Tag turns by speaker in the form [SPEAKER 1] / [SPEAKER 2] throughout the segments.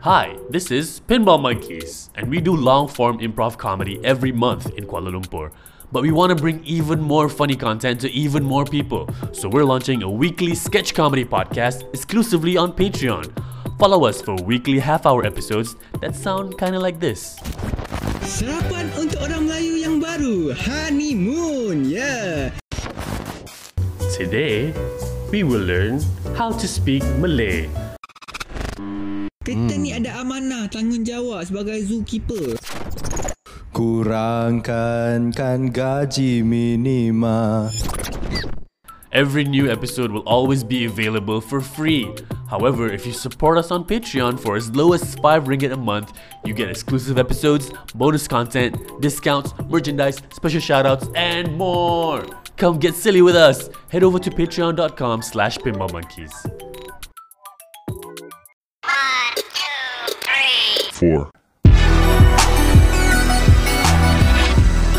[SPEAKER 1] Hi, this is Pinball Monkeys, and we do long form improv comedy every month in Kuala Lumpur. But we want to bring even more funny content to even more people, so we're launching a weekly sketch comedy podcast exclusively on Patreon. Follow us for weekly half hour episodes that sound kind of like this.
[SPEAKER 2] Sarapan untuk orang Melayu yang baru Honeymoon Ya yeah.
[SPEAKER 1] Today, we will learn how to speak Malay.
[SPEAKER 2] Kita ni ada amanah Tanggungjawab sebagai zookeeper
[SPEAKER 3] Kurangkan kan gaji minima
[SPEAKER 1] Every new episode will always be available for free. However, if you support us on Patreon for as low as 5 ringgit a month, you get exclusive episodes, bonus content, discounts, merchandise, special shoutouts, and more! Come get silly with us! Head over to patreon.com slash pinballmonkeys.
[SPEAKER 4] four.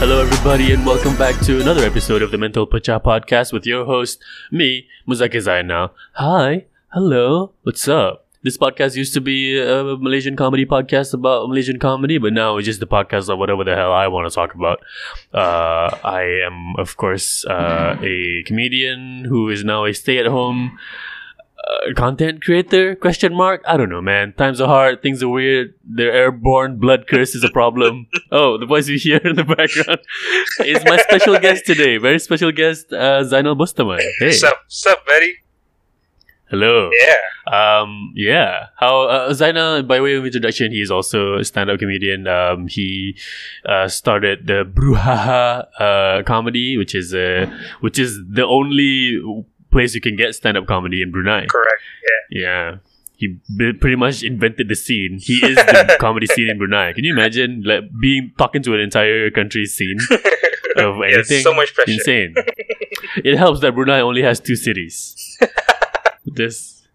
[SPEAKER 1] Hello, everybody, and welcome back to another episode of the Mental Pacha podcast with your host, me, Muzaki Zainal. Hi, hello, what's up? This podcast used to be a Malaysian comedy podcast about Malaysian comedy, but now it's just the podcast of whatever the hell I want to talk about. Uh, I am, of course, uh, a comedian who is now a stay at home uh, content creator question mark i don't know man times are hard things are weird they're airborne blood curse is a problem oh the voice you hear in the background is my special guest today very special guest uh, zainal bustaman hey
[SPEAKER 5] Sup, sup, buddy?
[SPEAKER 1] hello
[SPEAKER 5] Yeah.
[SPEAKER 1] um yeah how uh, zainal by way of introduction he is also a stand-up comedian um he uh, started the bruhaha uh, comedy which is uh, which is the only place you can get stand-up comedy in brunei
[SPEAKER 5] Correct.
[SPEAKER 1] Yeah. He b- pretty much invented the scene. He is the comedy scene in Brunei. Can you imagine like being talking to an entire country scene of
[SPEAKER 5] Yeah,
[SPEAKER 1] anything?
[SPEAKER 5] so much pressure.
[SPEAKER 1] Insane. it helps that Brunei only has two cities. This,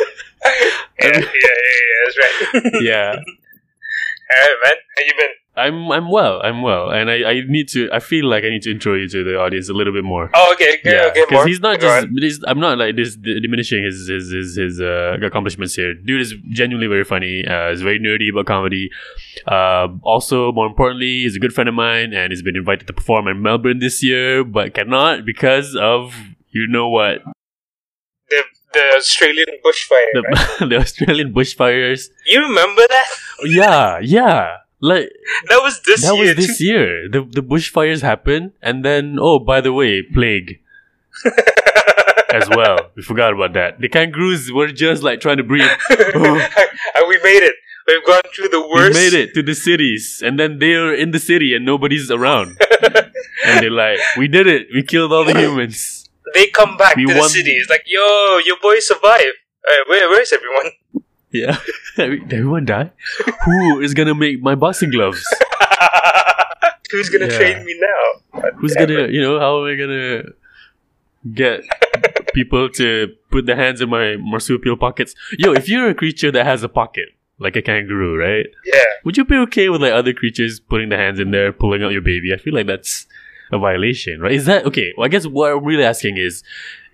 [SPEAKER 5] Yeah, yeah, yeah, yeah, that's right.
[SPEAKER 1] yeah.
[SPEAKER 5] All right, man. How you been?
[SPEAKER 1] I'm I'm well. I'm well, and I, I need to. I feel like I need to intro you to the audience a little bit more.
[SPEAKER 5] Oh, okay, okay, okay.
[SPEAKER 1] because
[SPEAKER 5] more.
[SPEAKER 1] he's not
[SPEAKER 5] Go
[SPEAKER 1] just.
[SPEAKER 5] on.
[SPEAKER 1] He's, I'm not like this d- diminishing his his his, his uh, accomplishments here. Dude is genuinely very funny. Uh, he's very nerdy about comedy. Uh, also, more importantly, he's a good friend of mine, and he's been invited to perform in Melbourne this year, but cannot because of you know what
[SPEAKER 5] the the Australian bushfire.
[SPEAKER 1] the,
[SPEAKER 5] right?
[SPEAKER 1] the Australian bushfires.
[SPEAKER 5] You remember that?
[SPEAKER 1] Yeah, yeah. Like
[SPEAKER 5] That was this
[SPEAKER 1] that
[SPEAKER 5] year.
[SPEAKER 1] was this year. The the bushfires happened, and then oh, by the way, plague as well. We forgot about that. The kangaroos were just like trying to breathe.
[SPEAKER 5] And we made it. We've gone through the
[SPEAKER 1] we
[SPEAKER 5] worst.
[SPEAKER 1] made it to the cities, and then they're in the city, and nobody's around. and they're like, "We did it. We killed all the humans."
[SPEAKER 5] They come back
[SPEAKER 1] We
[SPEAKER 5] to the
[SPEAKER 1] won-
[SPEAKER 5] city. It's like, yo, your boy survived. Uh, where, where is everyone?
[SPEAKER 1] Yeah, Did everyone die. Who is gonna make my boxing gloves?
[SPEAKER 5] Who's gonna
[SPEAKER 1] Yeah.
[SPEAKER 5] train me now?
[SPEAKER 1] Who's gonna, you know, how am I gonna get people to put their hands in my marsupial pockets? Yo, if you're a creature that has a pocket, like a kangaroo, right?
[SPEAKER 5] Yeah.
[SPEAKER 1] Would you be okay with like other creatures putting their hands in there, pulling out your baby? I feel like that's a violation, right? Is that okay? Well, I guess what I'm really asking is,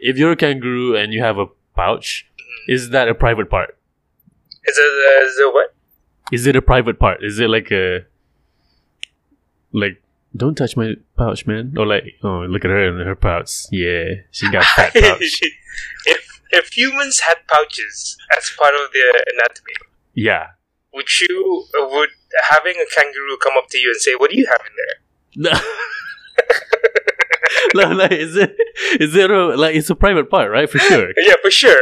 [SPEAKER 1] if you're a kangaroo and you have a pouch, is that a private part?
[SPEAKER 5] Is it, uh, is it what?
[SPEAKER 1] Is it a private part? Is it like a like don't touch my pouch, man? Or like oh look at her and her pouch. Yeah. She got fat pouch.
[SPEAKER 5] if, if humans had pouches as part of their anatomy,
[SPEAKER 1] Yeah.
[SPEAKER 5] would you uh, would having a kangaroo come up to you and say, "What do you have in there?"
[SPEAKER 1] No. no, like is it is it a, like it's a private part, right? For sure.
[SPEAKER 5] Yeah, for sure.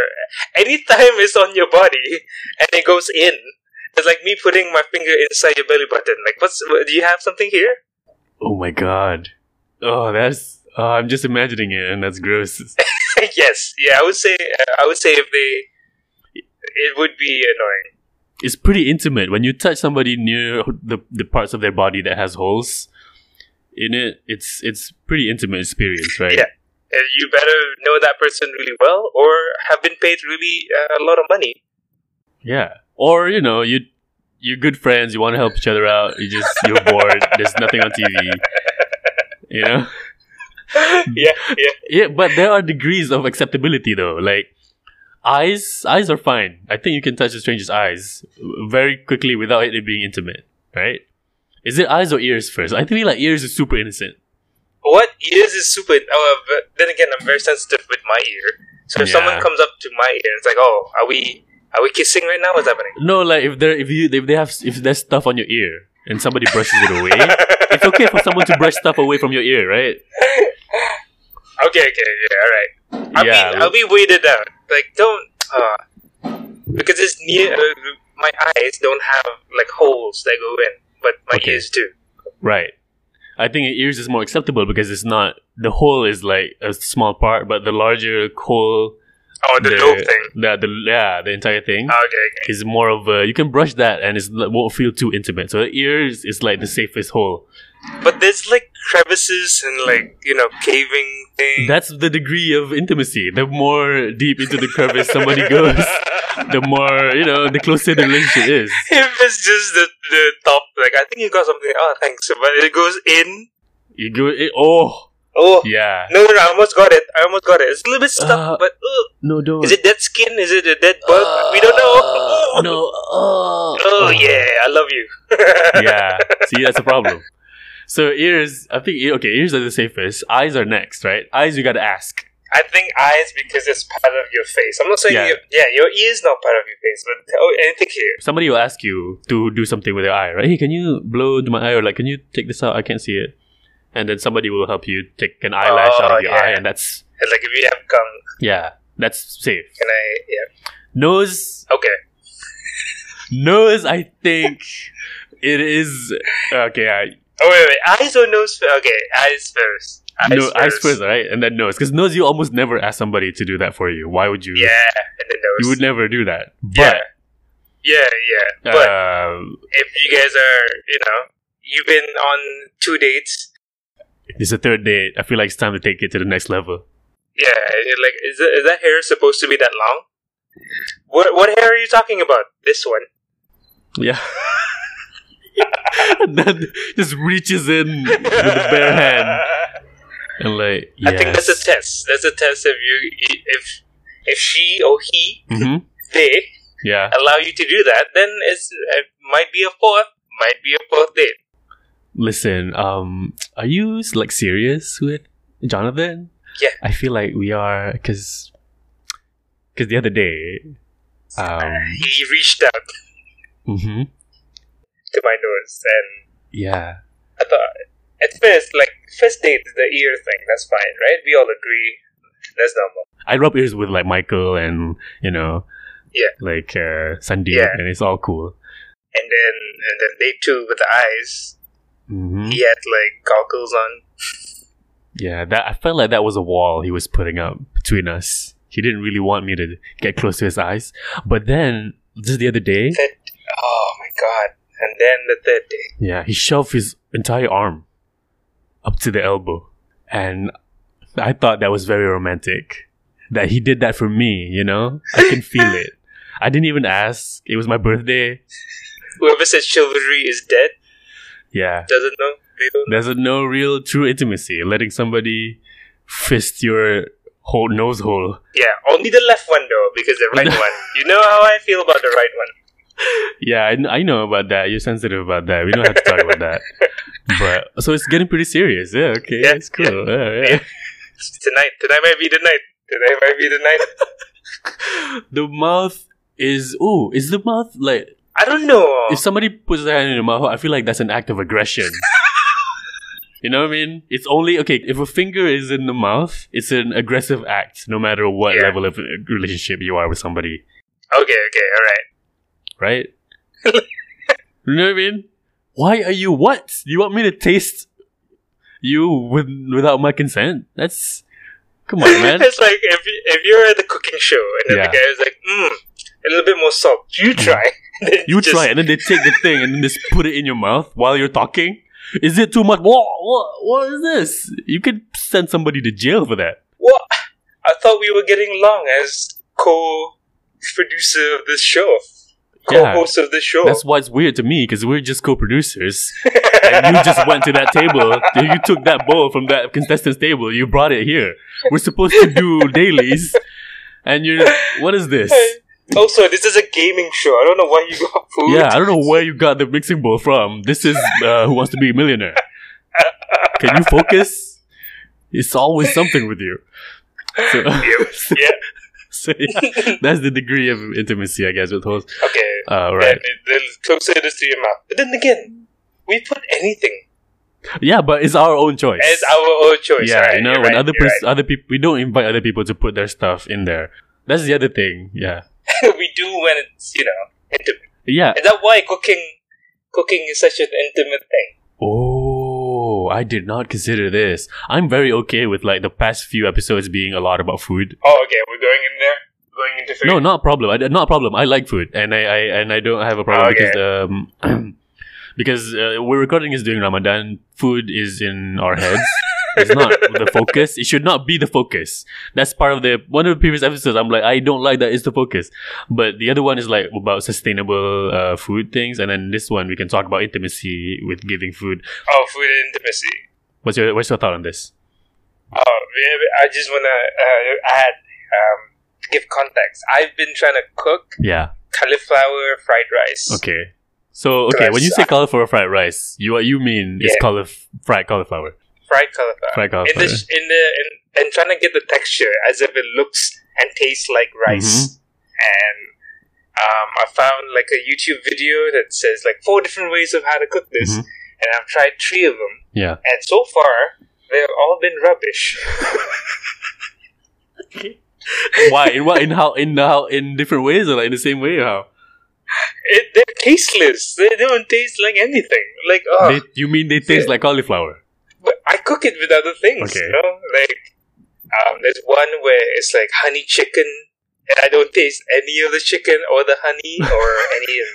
[SPEAKER 5] Anytime it's on your body and it goes in, it's like me putting my finger inside your belly button. Like, what's what, do you have something here?
[SPEAKER 1] Oh my god. Oh, that's. Oh, I'm just imagining it, and that's gross.
[SPEAKER 5] yes, yeah. I would say I would say if they, it would be annoying.
[SPEAKER 1] It's pretty intimate when you touch somebody near the the parts of their body that has holes in it. It's it's pretty intimate experience, right?
[SPEAKER 5] Yeah. Uh, You better know that person really well, or have been paid really uh, a lot of money.
[SPEAKER 1] Yeah. Or you know you you're good friends. You want to help each other out. You just you're bored. There's nothing on TV. You know.
[SPEAKER 5] yeah, yeah.
[SPEAKER 1] Yeah, but there are degrees of acceptability though. Like eyes eyes are fine. I think you can touch a stranger's eyes very quickly without it being intimate, right? Is it eyes or ears first? I think like ears is super innocent.
[SPEAKER 5] What ears is super? Oh, but then again, I'm very sensitive with my ear. So if someone
[SPEAKER 1] Yeah.
[SPEAKER 5] comes up to my ear and it's like, "Oh, are we are we kissing right now? What's happening?"
[SPEAKER 1] No, like if there if you if they have if there's stuff on your ear and somebody brushes it away, it's okay for someone to brush stuff away from your ear, right?
[SPEAKER 5] Okay, okay, yeah, all right. I'll
[SPEAKER 1] Yeah,
[SPEAKER 5] be I'll be weirded out. Like, don't uh, because it's near. Uh, my eyes don't have like holes that go in, but my
[SPEAKER 1] Okay.
[SPEAKER 5] ears do.
[SPEAKER 1] right. I think ears is more acceptable because it's not the hole is like a small part, but the larger hole,
[SPEAKER 5] Oh, the, lobe thing.
[SPEAKER 1] the, the yeah, the entire thing.
[SPEAKER 5] Ah, okay, okay.
[SPEAKER 1] is more of a you can brush that and it's it won't feel too intimate. So the ears is like the safest hole.
[SPEAKER 5] But there's like crevices and like you know caving thing.
[SPEAKER 1] That's the degree of intimacy. The more deep into the crevice somebody goes, the more you know, the closer the relationship is.
[SPEAKER 5] if it's just the the top, like I think you got something. Oh, thanks. But it goes in.
[SPEAKER 1] You go, eh, oh
[SPEAKER 5] Oh,
[SPEAKER 1] yeah,
[SPEAKER 5] no, no, no, I almost got it. I almost got it. It's a little bit stuck,
[SPEAKER 1] Uh,
[SPEAKER 5] but uh,
[SPEAKER 1] no, don't.
[SPEAKER 5] is it dead skin? Is it a dead bug? we don't know. Oh,
[SPEAKER 1] no, uh, oh,
[SPEAKER 5] Oh yeah, I love you.
[SPEAKER 1] yeah. See, that's a problem. So ears, I think ear- okay, ears are the safest. Eyes are next, right? Eyes, you gotta ask.
[SPEAKER 5] I think eyes because it's part of your face. I'm not saying
[SPEAKER 1] Yeah.
[SPEAKER 5] yeah, yeah your ears not part of your face, but oh, anything here.
[SPEAKER 1] somebody will ask you to do something with your eye, right? Hey, can you blow to my eye or like can you take this out? I can't see it. And then somebody will help you take an eyelash out of your
[SPEAKER 5] Oh, yeah.
[SPEAKER 1] eye and that's
[SPEAKER 5] And, Like if you have gum,
[SPEAKER 1] yeah, that's safe.
[SPEAKER 5] can I? Yeah.
[SPEAKER 1] Nose
[SPEAKER 5] Okay.
[SPEAKER 1] nose I think it is okay, I
[SPEAKER 5] Oh wait, wait. Eyes or nose? fir- Okay, eyes first. Eyes
[SPEAKER 1] no, eyes first, right? And then nose. Because nose you almost never ask somebody to do that for you. Why would you
[SPEAKER 5] Yeah, and then nose.
[SPEAKER 1] you would never do that.
[SPEAKER 5] yeah.
[SPEAKER 1] But
[SPEAKER 5] Yeah, yeah. But
[SPEAKER 1] uh,
[SPEAKER 5] if you guys are, you know, you've been on two dates.
[SPEAKER 1] it's a third date. I feel like it's time to take it to the next level.
[SPEAKER 5] Yeah, you're like is that, is that hair supposed to be that long? What what hair are you talking about? This one.
[SPEAKER 1] Yeah. and then just reaches in with a bare hand and like yes.
[SPEAKER 5] I think that's a test. That's a test if you if if she or he
[SPEAKER 1] Mhm.
[SPEAKER 5] they
[SPEAKER 1] Yeah.
[SPEAKER 5] allow you to do that, then it's it might be a fourth, might be a fourth date.
[SPEAKER 1] Listen, um are you like serious with Jonathan?
[SPEAKER 5] Yeah.
[SPEAKER 1] I feel like we are cuz cuz the other day um
[SPEAKER 5] He reached out
[SPEAKER 1] mhm.
[SPEAKER 5] to my nose, and
[SPEAKER 1] yeah.
[SPEAKER 5] I thought at first like first date is the ear thing. That's fine, right? We all agree. That's normal.
[SPEAKER 1] I rub ears with like Michael and you know
[SPEAKER 5] Yeah.
[SPEAKER 1] like uh Sandeep
[SPEAKER 5] Yeah.
[SPEAKER 1] and it's all cool.
[SPEAKER 5] And then and then day two with the eyes,
[SPEAKER 1] Mhm.
[SPEAKER 5] he had like goggles on.
[SPEAKER 1] Yeah, that I felt like that was a wall he was putting up between us. He didn't really want me to get close to his eyes. But then just the other day,
[SPEAKER 5] Oh my god! And then the third day,
[SPEAKER 1] yeah, he shoved his entire arm up to the elbow. And I thought that was very romantic. That he did that for me, you know? I can feel it. I didn't even ask. It was my birthday.
[SPEAKER 5] whoever said chivalry is dead
[SPEAKER 1] Yeah.
[SPEAKER 5] doesn't know. They don't.
[SPEAKER 1] There's a no real true intimacy. Letting somebody fist your whole nose hole.
[SPEAKER 5] Yeah, only the left one though, because the right one. You know how I feel about the right one.
[SPEAKER 1] Yeah, I, kn- I know about that. You're sensitive about that. We don't have to talk about that. But so it's getting pretty serious. Yeah, okay,
[SPEAKER 5] Yeah,
[SPEAKER 1] it's cool. Yeah, yeah.
[SPEAKER 5] Tonight, tonight might be the night. Tonight might be the night.
[SPEAKER 1] The mouth is oh, is the mouth like
[SPEAKER 5] I don't know.
[SPEAKER 1] if somebody puts their hand in the mouth, I feel like that's an act of aggression. you know what I mean? It's only okay if a finger is in the mouth, it's an aggressive act, no matter what
[SPEAKER 5] Yeah.
[SPEAKER 1] level of uh, relationship you are with somebody,
[SPEAKER 5] Okay, okay, all right.
[SPEAKER 1] right? you know what I mean? Why are you what? You want me to taste you with without my consent? That's come on, man.
[SPEAKER 5] it's like if you- if you're at the cooking show and then
[SPEAKER 1] Yeah. Mm.
[SPEAKER 5] the guy is like, mm, a little bit more salt. You try. Then
[SPEAKER 1] You
[SPEAKER 5] just-
[SPEAKER 1] try, and then they take the thing and then just put it in your mouth while you're talking. Is it too much? What? What, what is this? You could send somebody to jail for that.
[SPEAKER 5] What? I thought we were getting along as co-producer of this show, co-host of this show.
[SPEAKER 1] That's why it's weird to me because we're just co-producers, and you just went to that table. You took that bowl from that contestant's table. You brought it here. We're supposed to do dailies, and you're what is this?
[SPEAKER 5] Also, Oh, this is a gaming show. I don't know why you got food.
[SPEAKER 1] Yeah, I don't know where you got the mixing bowl from. This is uh, Who Wants to Be a Millionaire. Can you focus? It's always something with you. So,
[SPEAKER 5] yeah.
[SPEAKER 1] so, yeah, that's the degree of intimacy, I guess, with hosts.
[SPEAKER 5] Okay.
[SPEAKER 1] Uh,
[SPEAKER 5] Yeah,
[SPEAKER 1] right.
[SPEAKER 5] the- the closer it is to your mouth. But then again, we put anything
[SPEAKER 1] Yeah, but it's our own choice.
[SPEAKER 5] as our own choice.
[SPEAKER 1] yeah,
[SPEAKER 5] right?
[SPEAKER 1] you know,
[SPEAKER 5] You're
[SPEAKER 1] when
[SPEAKER 5] right,
[SPEAKER 1] other
[SPEAKER 5] you're
[SPEAKER 1] pers- other people, we don't invite other people to put their stuff in there. That's the other thing. Yeah,
[SPEAKER 5] right. we do when it's you know intimate.
[SPEAKER 1] yeah.
[SPEAKER 5] Is that why cooking cooking is such an intimate thing?
[SPEAKER 1] Oh, I did not consider this. I'm very okay with like the past few episodes being a lot about food.
[SPEAKER 5] Oh, okay. We're going in there. Going into food.
[SPEAKER 1] No, not a problem. I, not a problem. I like food, and I, I and I don't have a problem
[SPEAKER 5] Oh, Okay.
[SPEAKER 1] because um because uh, we're recording is during Ramadan. Food is in our heads. it's not the focus. It should not be the focus. That's part of the one of the previous episodes. I'm like, I don't like that. It's the focus, but the other one is like about sustainable uh, food things, and then this one we can talk about intimacy with giving food.
[SPEAKER 5] Oh, food and intimacy.
[SPEAKER 1] What's your what's your thought on this?
[SPEAKER 5] Oh, we- we- I just wanna uh, add um, give context. I've been trying to cook
[SPEAKER 1] Yeah.
[SPEAKER 5] cauliflower fried rice.
[SPEAKER 1] Okay. So okay, when you say cauliflower fried rice, you what you mean is
[SPEAKER 5] Yeah.
[SPEAKER 1] caulif- fried cauliflower.
[SPEAKER 5] Fried cauliflower.
[SPEAKER 1] Fried
[SPEAKER 5] in
[SPEAKER 1] cauliflower.
[SPEAKER 5] the sh- in the in, and trying to get the texture as if it looks and tastes like rice. And um, I found like a YouTube video that says like four different ways of how to cook this,
[SPEAKER 1] Mhm.
[SPEAKER 5] and I've tried three of them,
[SPEAKER 1] yeah.
[SPEAKER 5] and so far they've all been rubbish.
[SPEAKER 1] Why? In what? In how? In how? In different ways or like in the same way? Or how?
[SPEAKER 5] it, they're tasteless. They don't taste like anything. Like oh,
[SPEAKER 1] They, you mean they taste like cauliflower?
[SPEAKER 5] but I cook it with other things.
[SPEAKER 1] Okay.
[SPEAKER 5] You know, like um, there's one where it's like honey chicken, and I don't taste any of the chicken or the honey or any. Of,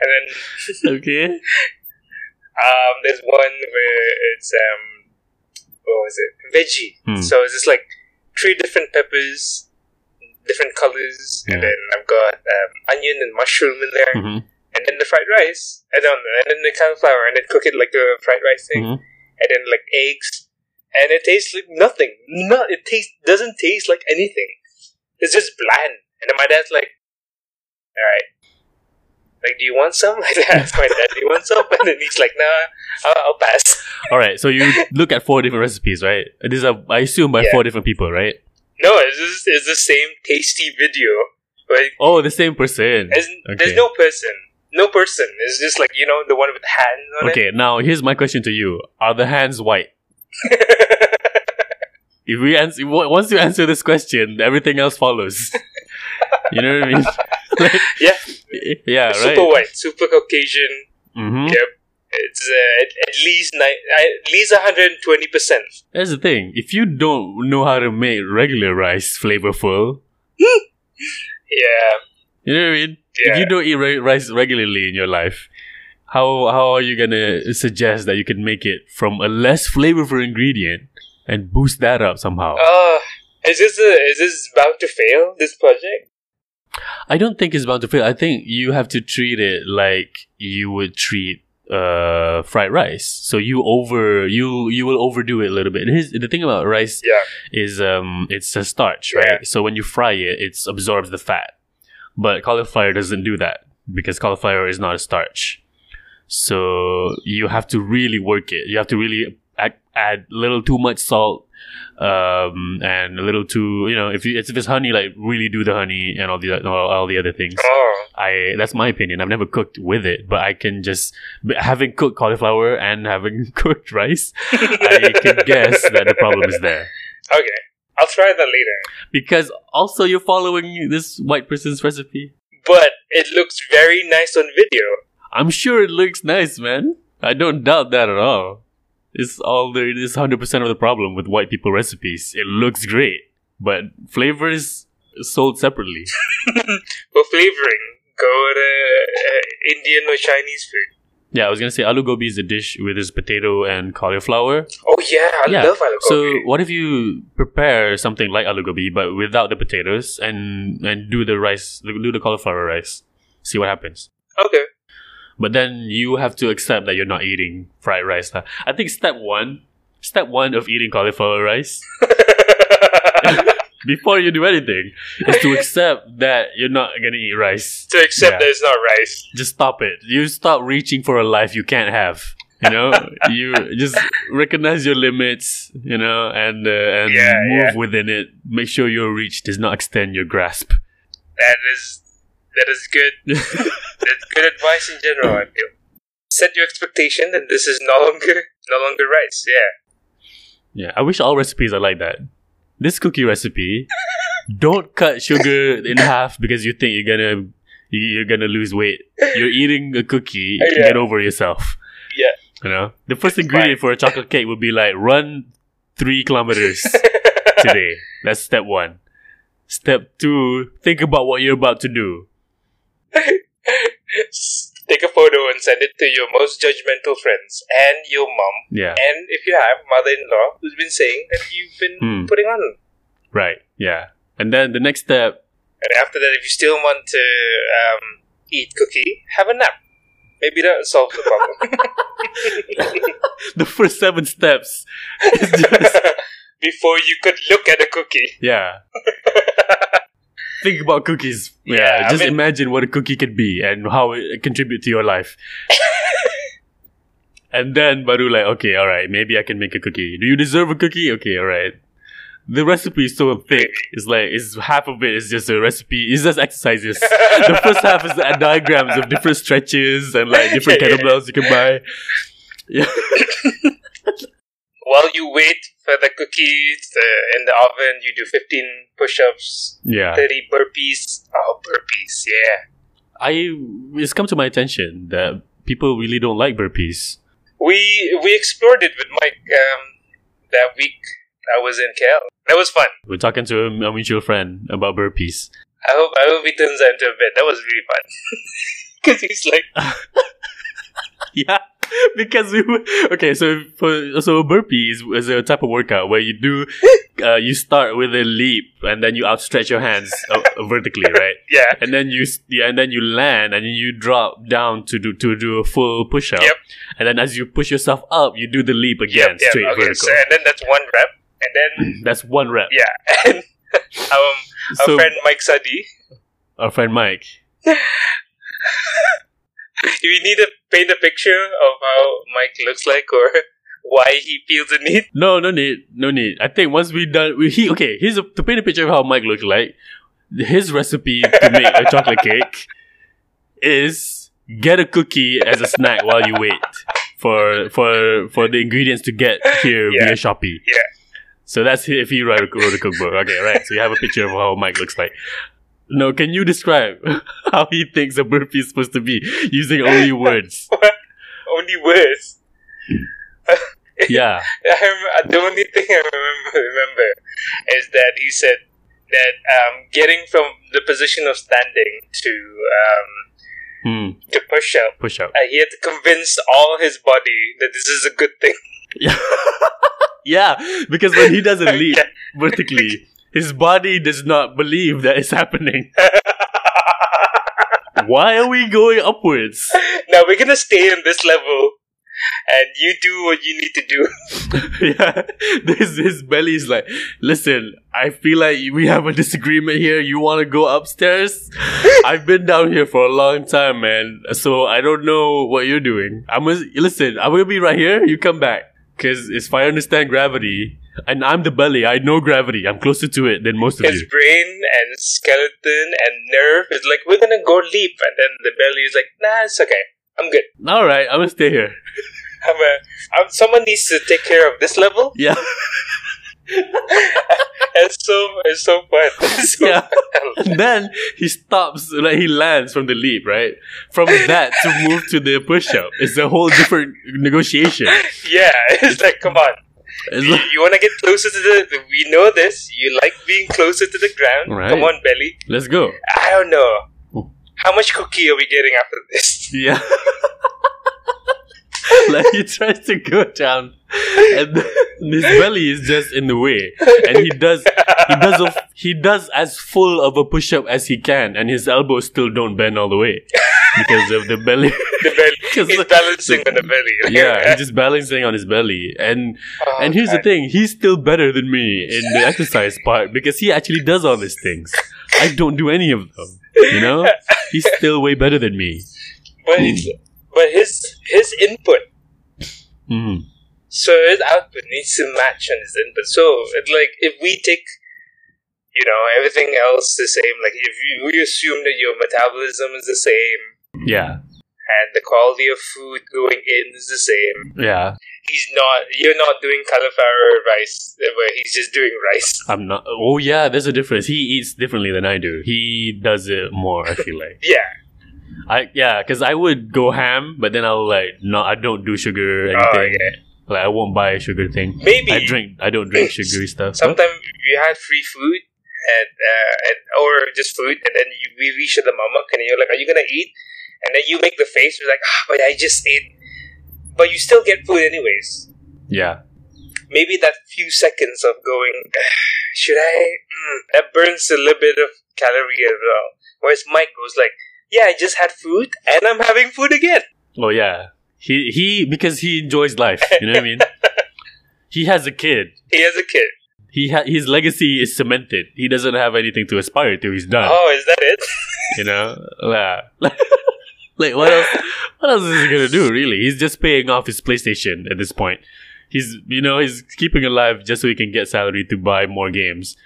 [SPEAKER 5] and then
[SPEAKER 1] Okay.
[SPEAKER 5] um, there's one where it's um, what was it? Veggie.
[SPEAKER 1] Hmm.
[SPEAKER 5] So it's just like three different peppers, different colors, and
[SPEAKER 1] Yeah.
[SPEAKER 5] then I've got um, onion and mushroom in there,
[SPEAKER 1] Mhm.
[SPEAKER 5] and then the fried rice. I don't know, and then the cauliflower, and then cook it like a fried rice thing
[SPEAKER 1] Mhm.
[SPEAKER 5] and then like eggs, and it tastes like nothing. No, it taste doesn't taste like anything. It's just bland. And then my dad's like, "All right, like, do you want some?" I asked my dad, "Do you want some?" And then he's like, "Nah, I'll, I'll pass."
[SPEAKER 1] All right. So you look at four different recipes, right? These are, I assume, by
[SPEAKER 5] Yeah.
[SPEAKER 1] four different people, right?
[SPEAKER 5] No, it's just, it's the same tasty video, but
[SPEAKER 1] Oh, the same person.
[SPEAKER 5] it's, there's no person, no person. It's just like you know the one with hands on it.
[SPEAKER 1] Okay. Now here's my question to you: Are the hands white? If we answer, w- once you answer this question, everything else follows. you know what I mean? Like-
[SPEAKER 5] Yeah.
[SPEAKER 1] Yeah.
[SPEAKER 5] super
[SPEAKER 1] right.
[SPEAKER 5] white, super Caucasian.
[SPEAKER 1] hmm
[SPEAKER 5] Yep. It's uh, at, at least ni- at least 120 percent.
[SPEAKER 1] That's the thing. If you don't know how to make regular rice flavorful,
[SPEAKER 5] Yeah,
[SPEAKER 1] You know what I mean?
[SPEAKER 5] Yeah.
[SPEAKER 1] If you don't eat re- rice regularly in your life, how how are you gonna suggest that you can make it from a less flavorful ingredient and boost that up somehow?
[SPEAKER 5] Uh, is this a, is this bound to fail? This project?
[SPEAKER 1] I don't think it's bound to fail. I think you have to treat it like you would treat uh fried rice. So you over you you will overdo it a little bit. And here's the thing about rice
[SPEAKER 5] Yeah.
[SPEAKER 1] is um it's a starch,
[SPEAKER 5] Yeah.
[SPEAKER 1] right? So when you fry it, it absorbs the fat. But cauliflower doesn't do that because cauliflower is not a starch. So you have to really work it. You have to really add, add a little too much salt um and a little too you know if you, if it's honey like really do the honey and all the all, all the other things
[SPEAKER 5] Oh,
[SPEAKER 1] i that's my opinion i've never cooked with it but i can just but having cooked cauliflower and having cooked rice i can guess that the problem is there
[SPEAKER 5] okay. I'll try that later.
[SPEAKER 1] because also you're following this white person's recipe.
[SPEAKER 5] But it looks very nice on video.
[SPEAKER 1] I'm sure it looks nice, man. I don't doubt that at all. It's all there. It's hundred percent of the problem with white people recipes. It looks great, but flavor is sold separately.
[SPEAKER 5] For flavoring, go to uh, Indian or Chinese food.
[SPEAKER 1] yeah, I was gonna say aloo gobi is a dish with this potato and cauliflower.
[SPEAKER 5] Oh yeah, I
[SPEAKER 1] Yeah,
[SPEAKER 5] love aloo
[SPEAKER 1] So
[SPEAKER 5] gobi.
[SPEAKER 1] what if you prepare something like aloo gobi but without the potatoes and and do the rice, do the cauliflower rice? See what happens.
[SPEAKER 5] okay.
[SPEAKER 1] But then you have to accept that you're not eating fried rice. lah. I think step one, step one of eating cauliflower rice before you do anything is to accept that you're not gonna eat rice.
[SPEAKER 5] to accept
[SPEAKER 1] Yeah.
[SPEAKER 5] that it's not rice.
[SPEAKER 1] Just stop it. You stop reaching for a life you can't have. You know, you just recognize your limits. You know, and uh, and
[SPEAKER 5] Yeah,
[SPEAKER 1] move within it. Make sure your reach does not extend your grasp.
[SPEAKER 5] That is that is good. That's good advice in general. I feel. Set your expectation that this is no longer no longer rice. Yeah.
[SPEAKER 1] Yeah, I wish all recipes are like that. This cookie recipe, don't cut sugar in half because you think you're gonna you're gonna lose weight. You're eating a cookie, get
[SPEAKER 5] Yeah.
[SPEAKER 1] over yourself.
[SPEAKER 5] Yeah.
[SPEAKER 1] You know? The first ingredient for a chocolate cake would be like run three kilometers today. That's step one. Step two, think about what you're about to do.
[SPEAKER 5] Take a photo and send it to your most judgmental friends and your mom.
[SPEAKER 1] Yeah.
[SPEAKER 5] And if you have mother-in-law who's been saying that you've been
[SPEAKER 1] Hmm.
[SPEAKER 5] putting on
[SPEAKER 1] Right. Yeah. And then the next step
[SPEAKER 5] And after that, if you still want to um, eat cookie, have a nap. Maybe that will solve the problem.
[SPEAKER 1] the first seven steps is just
[SPEAKER 5] Before you could look at a cookie.
[SPEAKER 1] Yeah. Think about cookies. Yeah,
[SPEAKER 5] Yeah, I
[SPEAKER 1] just
[SPEAKER 5] mean-
[SPEAKER 1] imagine what a cookie could be and how it contribute to your life. and then Baru like, okay, all right, maybe I can make a cookie. Do you deserve a cookie? Okay, all right. The recipe is so thick. It's like it's half of it is just a recipe. It's just exercises. the first half is the diagrams of different stretches and like different
[SPEAKER 5] Yeah, yeah.
[SPEAKER 1] kettlebells you can buy.
[SPEAKER 5] While you wait for the cookies uh, in the oven, you do 15 push ups,
[SPEAKER 1] Yeah.
[SPEAKER 5] 30 burpees. Oh, burpees, yeah.
[SPEAKER 1] I it's come to my attention that people really don't like burpees.
[SPEAKER 5] We we explored it with Mike um, that week I was in KL. That was fun.
[SPEAKER 1] We're talking to a, a mutual friend about burpees.
[SPEAKER 5] I hope I hope he turns that into a bit. That was really fun. Because he's like,
[SPEAKER 1] Yeah, because we were- okay. So for so a burpee is, is a type of workout where you do uh, you start with a leap and then you outstretch your hands uh, vertically, right?
[SPEAKER 5] yeah.
[SPEAKER 1] And then you s- yeah, and then you land and you drop down to do to do a full push up.
[SPEAKER 5] Yep.
[SPEAKER 1] And then as you push yourself up, you do the leap again,
[SPEAKER 5] Yep, yep.
[SPEAKER 1] straight
[SPEAKER 5] Okay,
[SPEAKER 1] vertical.
[SPEAKER 5] so, and then that's one rep. And then
[SPEAKER 1] That's one rep.
[SPEAKER 5] Yeah, and um, our
[SPEAKER 1] Hmm. so
[SPEAKER 5] friend Mike Sadi,
[SPEAKER 1] our friend Mike.
[SPEAKER 5] do you need to paint a picture of how Mike looks like or why he feels the need?
[SPEAKER 1] No, no need, no need. I think once we done, we, he okay. Here's a, to paint a picture of how Mike looked like. His recipe to make a chocolate cake is get a cookie as a snack while you wait for for for the ingredients to get here
[SPEAKER 5] Yeah.
[SPEAKER 1] via Shopee.
[SPEAKER 5] Yeah.
[SPEAKER 1] So that's hi- if he wrote, a- wrote a cookbook. Okay, right. So you have a picture of how Mike looks like. No, can you describe how he thinks a burpee is supposed to be using only words?
[SPEAKER 5] Only words.
[SPEAKER 1] Yeah.
[SPEAKER 5] I rem- the only thing I remember, remember is that he said that um, getting from the position of standing to um,
[SPEAKER 1] Hmm.
[SPEAKER 5] to push up,
[SPEAKER 1] Push up.
[SPEAKER 5] uh, he had to convince all his body that this is a good thing.
[SPEAKER 1] Yeah, because when he doesn't leap
[SPEAKER 5] Okay.
[SPEAKER 1] vertically, his body does not believe that it's happening. Why are we going upwards?
[SPEAKER 5] now we're gonna stay in this level, and you do what you need to do.
[SPEAKER 1] yeah, his, his belly is like, listen, I feel like we have a disagreement here. You want to go upstairs? I've been down here for a long time, man. So I don't know what you're doing. I'm gonna, listen, I'm gonna be right here. You come back. Cause if I understand gravity, and I'm the belly, I know gravity. I'm closer to it than most of
[SPEAKER 5] his
[SPEAKER 1] you.
[SPEAKER 5] brain and skeleton and nerve is like, we're gonna go leap, and then the belly is like, nah, it's okay, I'm good.
[SPEAKER 1] All right, I'm gonna stay here.
[SPEAKER 5] I'm a, I'm, someone needs to take care of this level.
[SPEAKER 1] Yeah.
[SPEAKER 5] It's so it's so fun. It's so
[SPEAKER 1] Yeah.
[SPEAKER 5] fun.
[SPEAKER 1] And then he stops, like he lands from the leap, right? From that to move to the push up. It's a whole different negotiation.
[SPEAKER 5] yeah. It's like, come on,
[SPEAKER 1] It's
[SPEAKER 5] you,
[SPEAKER 1] like,
[SPEAKER 5] you want to get closer to the? We know this. You like being closer to the ground.
[SPEAKER 1] Right.
[SPEAKER 5] Come on, belly.
[SPEAKER 1] let's go.
[SPEAKER 5] I don't know.
[SPEAKER 1] Oh.
[SPEAKER 5] How much cookie are we getting after this?
[SPEAKER 1] Yeah. like he tries to go down, and his belly is just in the way, and he does he does a, he does as full of a push up as he can, and his elbows still don't bend all the way because of the belly
[SPEAKER 5] the belly.
[SPEAKER 1] 'Cause
[SPEAKER 5] He's
[SPEAKER 1] look-
[SPEAKER 5] balancing on the belly.
[SPEAKER 1] Yeah, he's just balancing on his belly. And
[SPEAKER 5] Oh,
[SPEAKER 1] and here's the
[SPEAKER 5] man.
[SPEAKER 1] thing, he's still better than me in the exercise part because he actually does all these things. I don't do any of them. You know? He's still way better than me.
[SPEAKER 5] But it's, but his his input,
[SPEAKER 1] Mm.
[SPEAKER 5] so his output needs to match on his input. So it, like if we take, you know, everything else the same. Like if you, we assume that your metabolism is the same
[SPEAKER 1] Yeah.
[SPEAKER 5] and the quality of food going in is the same.
[SPEAKER 1] Yeah.
[SPEAKER 5] He's not. You're not doing cauliflower rice. uh, Where he's just doing rice.
[SPEAKER 1] I'm not oh yeah, there's a difference. He eats differently than I do. He does it more, I feel like.
[SPEAKER 5] Yeah.
[SPEAKER 1] I yeah, because I would go ham, but then I'll like no, I don't do sugar anything.
[SPEAKER 5] Oh, yeah.
[SPEAKER 1] Like I won't buy a sugar thing.
[SPEAKER 5] Maybe
[SPEAKER 1] I drink. I don't drink sugary stuff.
[SPEAKER 5] Sometimes we had free food and, uh, and or just food, and then you, we reach to the mamak, and you're like, "Are you gonna eat?" And then you make the face, you're like, ah, "But I just ate." But you still get food anyways.
[SPEAKER 1] yeah,
[SPEAKER 5] Maybe that few seconds of going, "Ah, should I? Mm, that burns a little bit of calorie as well. Whereas Mike goes like, "Yeah, I just had food, and I'm having food again."
[SPEAKER 1] oh yeah. He he because he enjoys life. You know what I mean? He has a kid.
[SPEAKER 5] He has a kid.
[SPEAKER 1] He ha- his legacy is cemented. He doesn't have anything to aspire to. He's done.
[SPEAKER 5] Oh, is that it?
[SPEAKER 1] You know, yeah. like what else? What else is he gonna do? Really, he's just paying off his PlayStation at this point. He's you know he's keeping alive just so he can get salary to buy more games,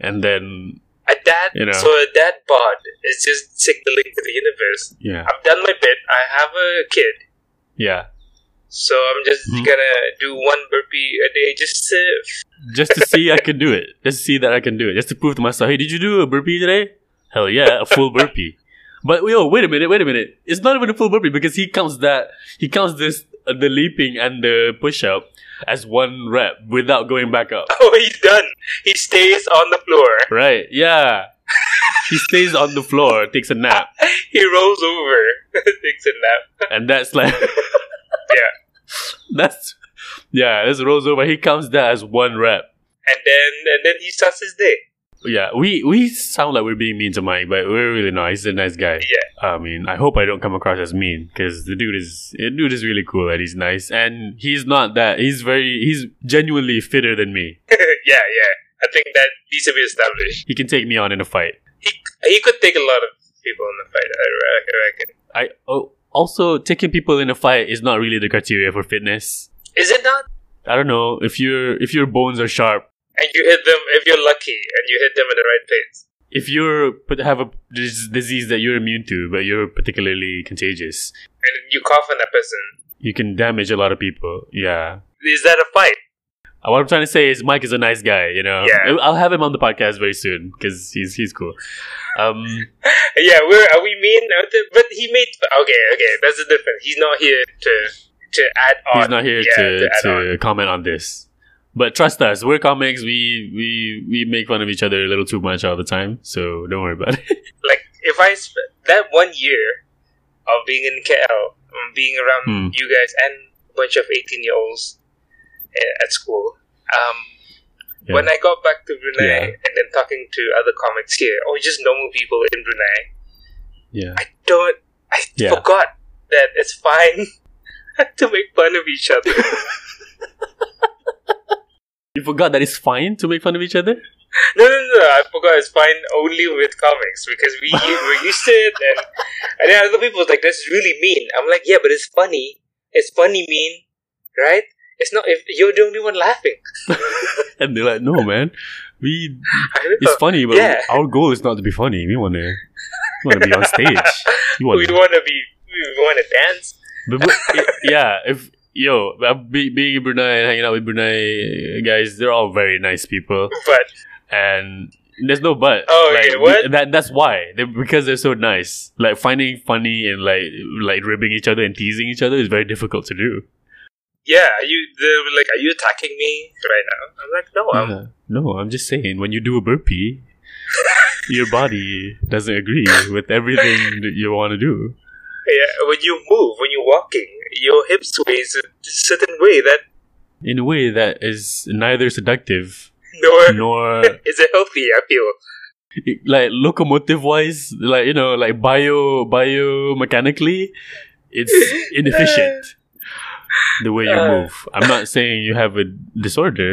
[SPEAKER 1] and then
[SPEAKER 5] A dad.
[SPEAKER 1] You know.
[SPEAKER 5] So a dad bod is just signaling to the universe.
[SPEAKER 1] yeah,
[SPEAKER 5] I've done my bit. I have a kid,
[SPEAKER 1] yeah,
[SPEAKER 5] so I'm just
[SPEAKER 1] Mhm.
[SPEAKER 5] gonna do one burpee a day. Just uh,
[SPEAKER 1] just to see I can do it. Just to see that I can do it. Just to prove to myself, hey, did you do a burpee today? Hell yeah, a full burpee. But yo, wait a minute, wait a minute. It's not even a full burpee because he counts that he counts this uh, the leaping and the push up as one rep without going back up.
[SPEAKER 5] oh, he's done. He stays on the floor.
[SPEAKER 1] Right? Yeah. he stays on the floor, takes a nap,
[SPEAKER 5] He rolls over, takes a nap.
[SPEAKER 1] and that's like that's yeah. This rolls over. He counts that as one rep.
[SPEAKER 5] and then and then he starts his day.
[SPEAKER 1] Yeah, we we sound like we're being mean to Mike, but we're really not. He's a nice guy. Yeah. I mean, I hope I don't come across as mean because the dude is the dude is really cool and he's nice and he's not that. He's very he's genuinely fitter than me.
[SPEAKER 5] yeah, yeah. I think that needs to be established.
[SPEAKER 1] He can take me on in a fight.
[SPEAKER 5] He could take a lot of people in the fight. I re- I reckon.
[SPEAKER 1] I oh, also taking people in a fight is not really the criteria for fitness.
[SPEAKER 5] Is it not?
[SPEAKER 1] I don't know if your if your bones are sharp,
[SPEAKER 5] And you hit them if you're lucky, and you hit them in the right place.
[SPEAKER 1] if you're but have a dis- disease that you're immune to, but you're particularly contagious,
[SPEAKER 5] And you cough on that person.
[SPEAKER 1] you can damage a lot of people. Yeah.
[SPEAKER 5] Is that a fight?
[SPEAKER 1] Uh, What I'm trying to say is Mike is a nice guy, you know.
[SPEAKER 5] Yeah.
[SPEAKER 1] I- I'll have him on the podcast very soon because he's he's cool. Um,
[SPEAKER 5] Yeah, we're are we mean? Are the- But he made okay, okay. That's the difference. He's not here to to add on.
[SPEAKER 1] he's not here
[SPEAKER 5] yeah,
[SPEAKER 1] to,
[SPEAKER 5] add on.
[SPEAKER 1] to, comment on this, but trust us, we're comics. We we we make fun of each other a little too much all the time, so don't worry about it.
[SPEAKER 5] Like if I sp- that one year of being in KL, um, being around
[SPEAKER 1] Hmm.
[SPEAKER 5] you guys and a bunch of eighteen year olds uh, at school. Um,
[SPEAKER 1] Yeah.
[SPEAKER 5] When I got back to Brunei
[SPEAKER 1] Yeah.
[SPEAKER 5] and then talking to other comics here or just normal people in Brunei,
[SPEAKER 1] Yeah,
[SPEAKER 5] don't I
[SPEAKER 1] Yeah.
[SPEAKER 5] forgot that it's fine to make fun of each other.
[SPEAKER 1] you forgot that it's fine to make fun of each other.
[SPEAKER 5] No, no, no. I forgot. It's fine only with comics because we we're used to it, and and then other people was like, "That's really mean." I'm like, "Yeah, but it's funny. It's funny, mean, right? It's not if you're the only one laughing."
[SPEAKER 1] And they're like, no, man, we.
[SPEAKER 5] I remember
[SPEAKER 1] It's funny, but
[SPEAKER 5] Yeah.
[SPEAKER 1] our goal is not to be funny. We want to, we want to be on stage. You
[SPEAKER 5] we
[SPEAKER 1] want to,
[SPEAKER 5] want to be, we want to dance.
[SPEAKER 1] but, but, it- yeah. If yo, uh, be, being in Brunei and hanging out with Brunei guys, they're all very nice people,
[SPEAKER 5] But
[SPEAKER 1] and there's no but.
[SPEAKER 5] Oh, okay,
[SPEAKER 1] Like,
[SPEAKER 5] what?
[SPEAKER 1] we- that that's why they because they're so nice. Like finding funny and like like ribbing each other and teasing each other is very difficult to do.
[SPEAKER 5] yeah, you they were like, "Are you attacking me right now?" I'm like, "No, I'm."
[SPEAKER 1] Yeah. No, I'm just saying when you do a burpee, your body doesn't agree with everything that you want to do.
[SPEAKER 5] Yeah, when you move, when you're walking, your hips sways a certain way that
[SPEAKER 1] in a way that is neither seductive
[SPEAKER 5] nor
[SPEAKER 1] nor
[SPEAKER 5] is it healthy. I feel.
[SPEAKER 1] like locomotive wise like you know like bio biomechanically It's inefficient the way you
[SPEAKER 5] Uh.
[SPEAKER 1] move. I'm not saying you have a disorder.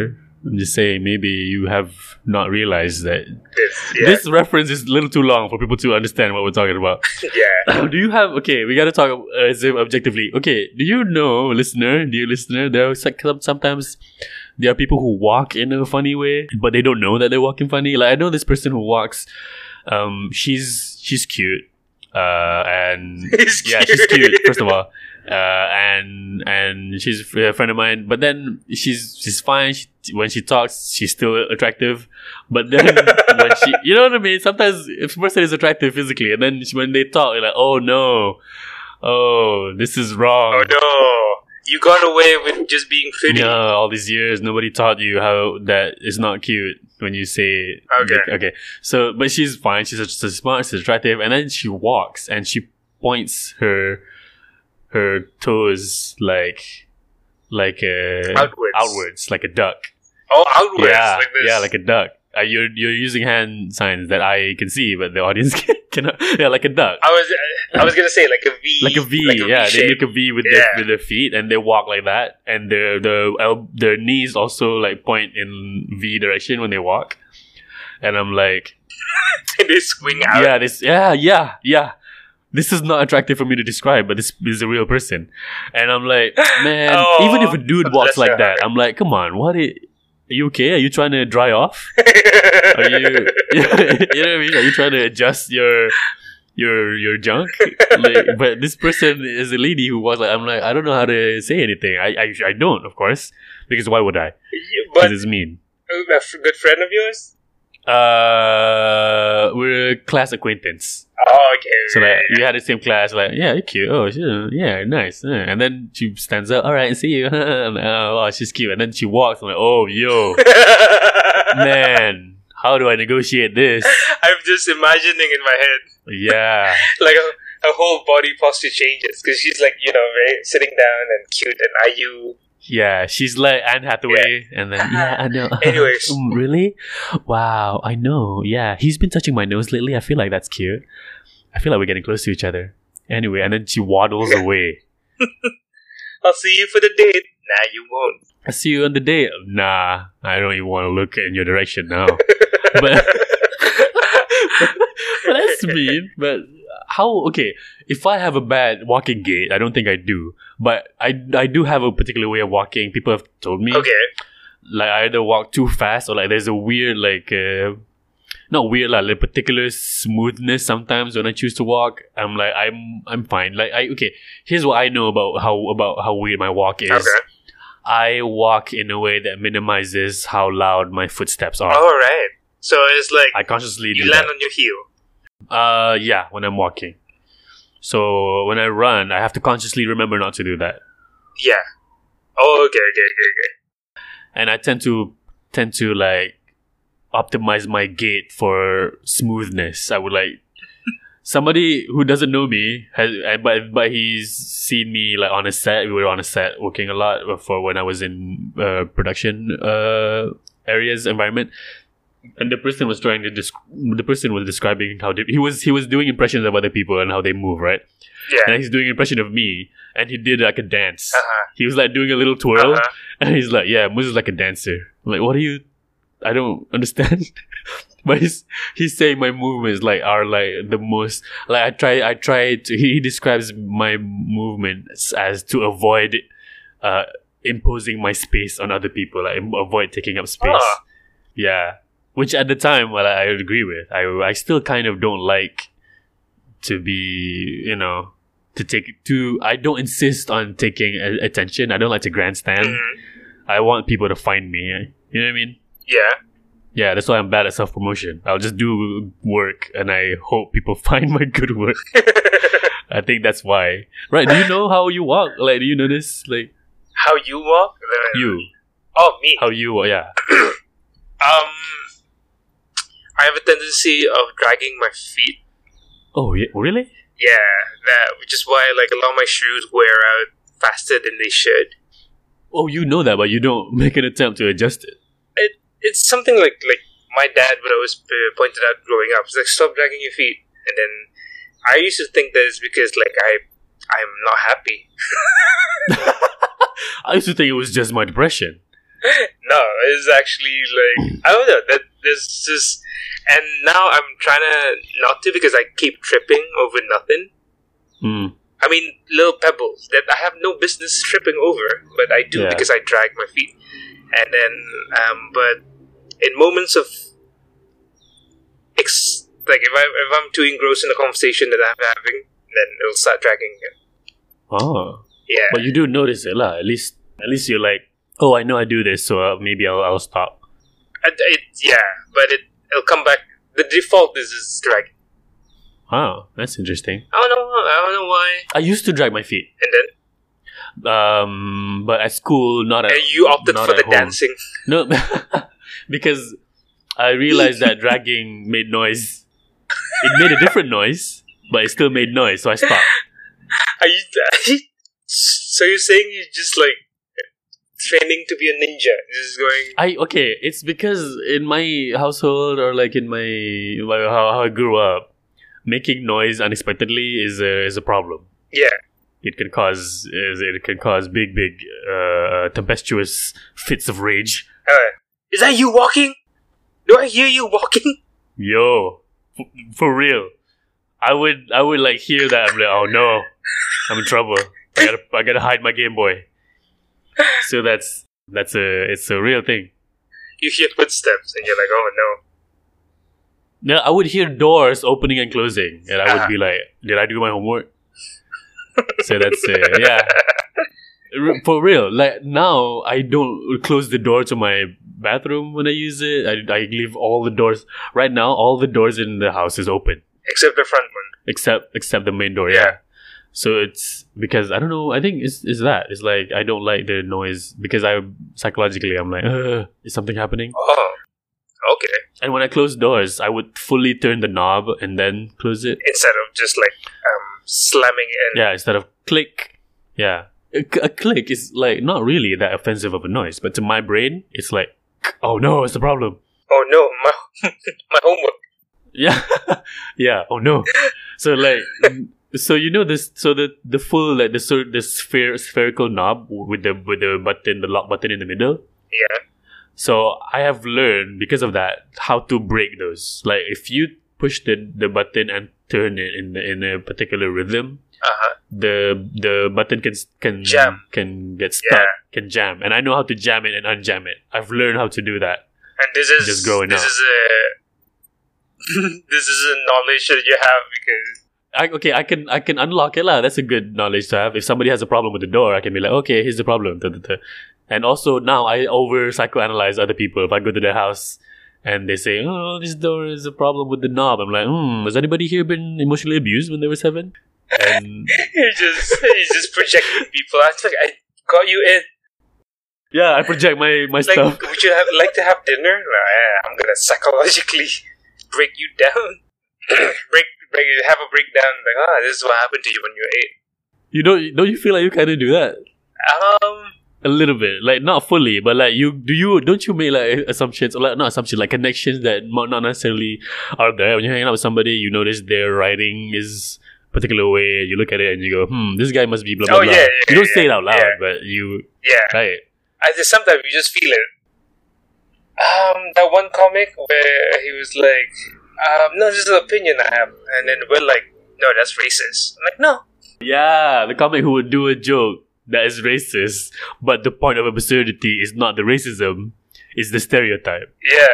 [SPEAKER 1] I'm just saying maybe you have not realized that
[SPEAKER 5] This, yeah,
[SPEAKER 1] this reference is a little too long for people to understand what we're talking about.
[SPEAKER 5] yeah.
[SPEAKER 1] do you have okay? We got to talk uh, as if objectively. Okay, do you know, listener, dear listener, there are some- some- sometimes there are people who walk in a funny way, but they don't know that they're walking funny. Like I know this person who walks. Um, she's she's cute. Uh, and
[SPEAKER 5] He's
[SPEAKER 1] yeah, she's cute. First of all, uh, and and she's a friend of mine. But then she's she's fine. She, when she talks, she's still attractive. But then when she, you know what I mean. Sometimes if a person is attractive physically, and then she, when they talk, you're like, oh no, oh this is
[SPEAKER 5] Oh
[SPEAKER 1] wrong.
[SPEAKER 5] no, you got away with just being pretty.
[SPEAKER 1] No, all these years nobody taught you how that is not cute when you say
[SPEAKER 5] Okay.
[SPEAKER 1] like, okay. So, but she's fine. She's just she's smart. She's attractive, and then she walks and she points her her toes like like a
[SPEAKER 5] Outwards.
[SPEAKER 1] outwards like a duck.
[SPEAKER 5] Oh, outwards,
[SPEAKER 1] yeah,
[SPEAKER 5] like this.
[SPEAKER 1] yeah, like a duck. Uh, you're you're using hand signs that I can see, but the audience can, cannot. Yeah, like a duck.
[SPEAKER 5] I was, I was gonna say like a V,
[SPEAKER 1] Like a V, yeah. they
[SPEAKER 5] shape.
[SPEAKER 1] make a V with
[SPEAKER 5] Yeah.
[SPEAKER 1] their with their feet, and they walk like that, and their the el- their knees also like point in V direction when they walk. And I'm like,
[SPEAKER 5] they swing out.
[SPEAKER 1] yeah, this, yeah, yeah, yeah. This is not attractive for me to describe, but this is a real person. And I'm like, man,
[SPEAKER 5] Oh,
[SPEAKER 1] even if a dude
[SPEAKER 5] bless
[SPEAKER 1] walks
[SPEAKER 5] your
[SPEAKER 1] like that, I'm like, come on, what? i- are you okay? Are you trying to dry off? Are you, you know what I mean? Are you trying to adjust your your your junk? Like, but this person is a lady who was like, I'm like, I don't know how to say anything. I I, I don't, of course, because why would I?
[SPEAKER 5] but
[SPEAKER 1] Because it's mean.
[SPEAKER 5] a f- good friend of yours.
[SPEAKER 1] Uh, we're a class acquaintance,
[SPEAKER 5] Oh, okay.
[SPEAKER 1] so like we had the same class. Like, yeah, you're cute. Oh, she- yeah, nice. Uh, And then she stands up. All right, see you. I'm like, oh, wow, she's cute. And then she walks. I'm like, oh, yo, man, how do I negotiate this?
[SPEAKER 5] I'm just imagining in my head
[SPEAKER 1] Yeah.
[SPEAKER 5] like a, a whole body posture changes because she's like you know very sitting down and cute and are you
[SPEAKER 1] Yeah, she's like Anne Hathaway, and then yeah, I know.
[SPEAKER 5] Anyways.
[SPEAKER 1] Mm, really? Wow, I know. Yeah, he's been touching my nose lately. I feel like that's cute. I feel like we're getting close to each other. Anyway, and then she waddles away.
[SPEAKER 5] I'll see you for the date. Nah, you won't.
[SPEAKER 1] I see you on the date. Nah, I don't even want to look in your direction now. but Well, that's mean. But how? Okay, if I have a bad walking gait, I don't think I do. But I, I do have a particular way of walking. People have told me.
[SPEAKER 5] okay.
[SPEAKER 1] like I either walk too fast or like there's a weird like uh, not weird like, like particular smoothness sometimes when I choose to walk I'm like I'm I'm fine like I okay here's what I know about how about how weird my walk is
[SPEAKER 5] Okay.
[SPEAKER 1] I walk in a way that minimizes how loud my footsteps are
[SPEAKER 5] All right. So it's like
[SPEAKER 1] I consciously do
[SPEAKER 5] Oh. you land on your heel.
[SPEAKER 1] that uh yeah when I'm walking so when I run I have to consciously remember not to do that
[SPEAKER 5] Yeah. Oh, okay, okay, okay, okay.
[SPEAKER 1] and I tend to tend to like optimize my gait for smoothness. I would like somebody who doesn't know me has, I- but but he's seen me like on a set. We were on a set working a lot for when I was in uh, production uh, areas environment. And the person was trying to desc- the person was describing how they- he was he was doing impressions of other people and how they move right,
[SPEAKER 5] Yeah.
[SPEAKER 1] and he's doing an impression of me, and he did like a dance.
[SPEAKER 5] Uh-huh.
[SPEAKER 1] He was like doing a little twirl,
[SPEAKER 5] Uh-huh.
[SPEAKER 1] and he's like, "Yeah, Moose is like a dancer." I'm like, what are you? I don't understand. but he's he's saying my movements like are like the most like I try I try to he, he describes my movements as to avoid uh imposing my space on other people like avoid taking up space.
[SPEAKER 5] Ah.
[SPEAKER 1] Yeah, which at the time, well, I, I agree with. I I still kind of don't like to be you know to take to I don't insist on taking a- attention. I don't like to grandstand.
[SPEAKER 5] Mhm.
[SPEAKER 1] I want people to find me. You know what I mean?
[SPEAKER 5] Yeah.
[SPEAKER 1] Yeah, that's why I'm bad at self promotion. I'll just do work and I hope people find my good work. I think that's why. Right, do you know how you walk? Like do you notice like
[SPEAKER 5] How you walk?
[SPEAKER 1] you?
[SPEAKER 5] Oh, me.
[SPEAKER 1] How you walk, yeah.
[SPEAKER 5] Um, I have a tendency of dragging my feet.
[SPEAKER 1] Oh yeah really?
[SPEAKER 5] Yeah, that which is why like a lot of my shoes wear out faster than they should.
[SPEAKER 1] Oh you know that but you don't make an attempt to adjust it.
[SPEAKER 5] It's something like like my dad would always uh, pointed out growing up. It's like stop dragging your feet, and then I used to think that it's because like I I'm not happy.
[SPEAKER 1] I used to think it was just my depression.
[SPEAKER 5] No, it's actually like I don't know that there's just, and now I'm trying to not to because I keep tripping over nothing.
[SPEAKER 1] Hmm.
[SPEAKER 5] I mean, little pebbles that I have no business tripping over, but I do
[SPEAKER 1] Yeah.
[SPEAKER 5] because I drag my feet. And then, um, but in moments of, ex- like if I if I'm too engrossed in the conversation that I'm having, then it'll start dragging again.
[SPEAKER 1] Oh,
[SPEAKER 5] Yeah,
[SPEAKER 1] but you do notice it, lah. At least, at least you're like, oh, I know I do this, so uh, maybe I'll, I'll stop.
[SPEAKER 5] And it, yeah, but it it'll come back. The default is is dragging.
[SPEAKER 1] Wow, that's interesting.
[SPEAKER 5] I don't know. I don't know why.
[SPEAKER 1] I used to drag my feet,
[SPEAKER 5] And then
[SPEAKER 1] um, but at school, not at.
[SPEAKER 5] and you opted
[SPEAKER 1] not
[SPEAKER 5] for
[SPEAKER 1] at
[SPEAKER 5] the
[SPEAKER 1] home.
[SPEAKER 5] dancing.
[SPEAKER 1] No, because I realized that dragging made noise. It made a different noise, but it still made noise, so I stopped.
[SPEAKER 5] Are you? so you're saying you're just like training to be a ninja? Just going.
[SPEAKER 1] I okay, it's because in my household or like in my like how, how I grew up, making noise unexpectedly is a is a problem.
[SPEAKER 5] Yeah.
[SPEAKER 1] It can cause is- it can cause big big uh, tempestuous fits of rage.
[SPEAKER 5] Alright. Is that you walking? Do I hear you walking?
[SPEAKER 1] Yo, f- for real, I would I would like hear that. I'm like, oh no, I'm in trouble. I gotta I gotta hide my Game Boy. So that's that's a it's a real thing.
[SPEAKER 5] You hear footsteps and you're like, oh no.
[SPEAKER 1] No, I would hear doors opening and closing, and I would
[SPEAKER 5] Uh-huh.
[SPEAKER 1] be like, "Did I do my homework?" so that's uh, yeah, R- for real. Like now, I don't close the door to my bathroom when I use it. I, I leave all the doors. Right now, all the doors in the house is open
[SPEAKER 5] Except the front one.
[SPEAKER 1] except except the main door. Yeah.
[SPEAKER 5] Yeah.
[SPEAKER 1] So it's because I don't know. I think it's, it's that. It's like I don't like the noise because I psychologically I'm like, Ugh, is something happening?
[SPEAKER 5] Oh. Okay.
[SPEAKER 1] And when I close doors, I would fully turn the knob and then close it.
[SPEAKER 5] Instead of just like um slamming it and
[SPEAKER 1] Yeah, instead of click. Yeah. A, c- a click is like not really that offensive of a noise, but to my brain, it's like, oh no, it's a problem.
[SPEAKER 5] oh no, my my homework.
[SPEAKER 1] Yeah. yeah. Oh no. So like, so you know this. So the the full like the so the sphere spherical knob with the with the button the lock button in the middle.
[SPEAKER 5] Yeah.
[SPEAKER 1] So I have learned because of that how to break those. Like if you push the the button and turn it in in a particular rhythm,
[SPEAKER 5] Uh-huh.
[SPEAKER 1] the the button can can
[SPEAKER 5] Jam.
[SPEAKER 1] can get stuck,
[SPEAKER 5] Yeah.
[SPEAKER 1] can jam, and I know how to jam it and unjam it. I've learned how to do that.
[SPEAKER 5] And this is
[SPEAKER 1] Just growing
[SPEAKER 5] this
[SPEAKER 1] up.
[SPEAKER 5] is a this is a knowledge that you have because
[SPEAKER 1] I, okay, I can I can unlock it lah. That's a good knowledge to have. If somebody has a problem with the door, I can be like, okay, here's the problem. Duh, duh, duh. And also now I over psychoanalyze other people. If I go to their house and they say, oh, this door is a problem with the knob, I'm like, hmm, has anybody here been emotionally abused when they were seven? And
[SPEAKER 5] you just you just projecting people. I like I got you in.
[SPEAKER 1] yeah, I project my my
[SPEAKER 5] Like
[SPEAKER 1] stuff.
[SPEAKER 5] would you have, like to have dinner? No, eh, I'm gonna psychologically break you down. break break have a breakdown like ah this is what happened to you when you were eight.
[SPEAKER 1] You don't don't you feel like you kind of do that?
[SPEAKER 5] Um
[SPEAKER 1] A little bit, like not fully, but like you do you don't you make like assumptions or like not assumptions like connections that mo- not necessarily are there. When you're hanging out with somebody, you notice their writing is particular way. You look at it and you go, "Hmm, this guy must be blah blah
[SPEAKER 5] Oh,
[SPEAKER 1] blah."
[SPEAKER 5] yeah, yeah,
[SPEAKER 1] you don't
[SPEAKER 5] yeah,
[SPEAKER 1] say it out loud,
[SPEAKER 5] yeah.
[SPEAKER 1] but you
[SPEAKER 5] yeah.
[SPEAKER 1] right.
[SPEAKER 5] I think sometimes you just feel it. Um that one comic where he was like, um, no, this is an opinion I have and then we're like, No, that's racist. I'm like, no.
[SPEAKER 1] Yeah, the comic who would do a joke that is racist, but the point of absurdity is not the racism, it's the stereotype.
[SPEAKER 5] Yeah.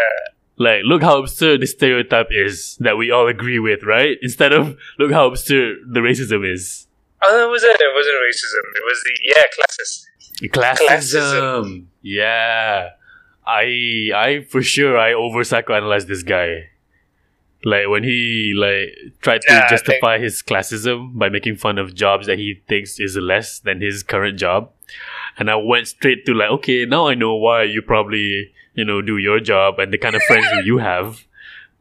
[SPEAKER 1] Like, look how absurd the stereotype is that we all agree with, right? Instead of look how absurd the racism is.
[SPEAKER 5] Oh no, it wasn't it wasn't racism. It was the yeah, classes.
[SPEAKER 1] Classism.
[SPEAKER 5] Classism.
[SPEAKER 1] Yeah. I I for sure I over psychoanalyzed this guy. Like when he like tried to
[SPEAKER 5] Yeah, I
[SPEAKER 1] justify his classism by making fun of jobs that he thinks is less than his current job. And I went straight to like, okay, now I know why you probably, you know, do your job and the kind of friends who you have.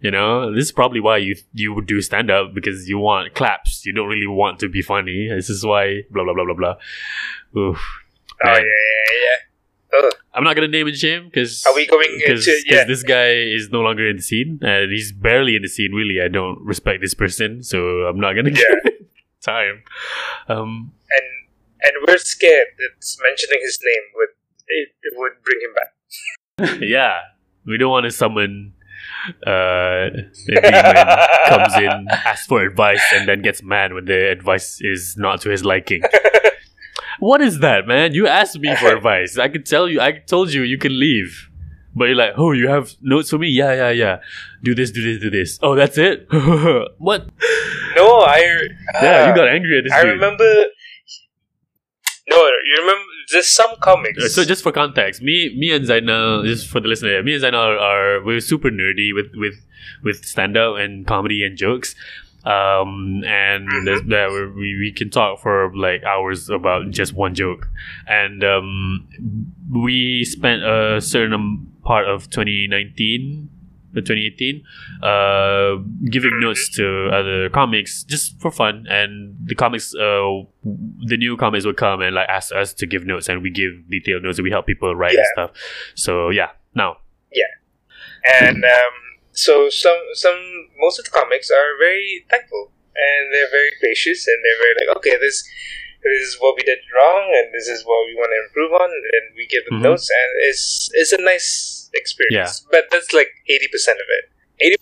[SPEAKER 1] You know, this is probably why you you would do stand up because you want claps. You don't really want to be funny. This is why blah blah blah blah blah. Oof.
[SPEAKER 5] Oh
[SPEAKER 1] Man.
[SPEAKER 5] yeah, yeah, yeah.
[SPEAKER 1] I'm not gonna name and shame because
[SPEAKER 5] Are we going into- yeah.
[SPEAKER 1] this guy is no longer in the scene and he's barely in the scene. Really, I don't respect this person, so I'm not gonna.
[SPEAKER 5] Yeah.
[SPEAKER 1] time. Um,
[SPEAKER 5] and and we're scared that mentioning his name would it, it would bring him back.
[SPEAKER 1] yeah, we don't want to summon uh, a demon comes in, asks for advice, and then gets mad when the advice is not to his liking. what is that, man? You asked me for advice. I could tell you. I told you you can leave. But you're like, oh, you have notes for me? Yeah, yeah, yeah. Do this, do this, do this. Oh, that's it? what?
[SPEAKER 5] No, I
[SPEAKER 1] Yeah,
[SPEAKER 5] ah,
[SPEAKER 1] you got angry at this
[SPEAKER 5] I
[SPEAKER 1] dude.
[SPEAKER 5] remember. No, no, you remember. There's some comics.
[SPEAKER 1] Uh, So just for context, me, me and Zainal, just for the listener, me and Zainal are, are we're super nerdy with with with stand up and comedy and jokes, um, and there's- yeah, we- we we can talk for like hours about just one joke, and um, we spent a certain am- part of 2019. or 2018, uh, giving notes to other comics just for fun, and the comics uh, the new comments would come and like ask us to give notes and we give detailed notes and we help people write and
[SPEAKER 5] Yeah.
[SPEAKER 1] stuff. So yeah, now
[SPEAKER 5] and um, so some some most of the comics are very thankful and they're very gracious and they're very like okay this this is what we did wrong and this is what we want to improve on and we give them
[SPEAKER 1] Mhm.
[SPEAKER 5] notes and it's it's a nice experience but that's like 80% of it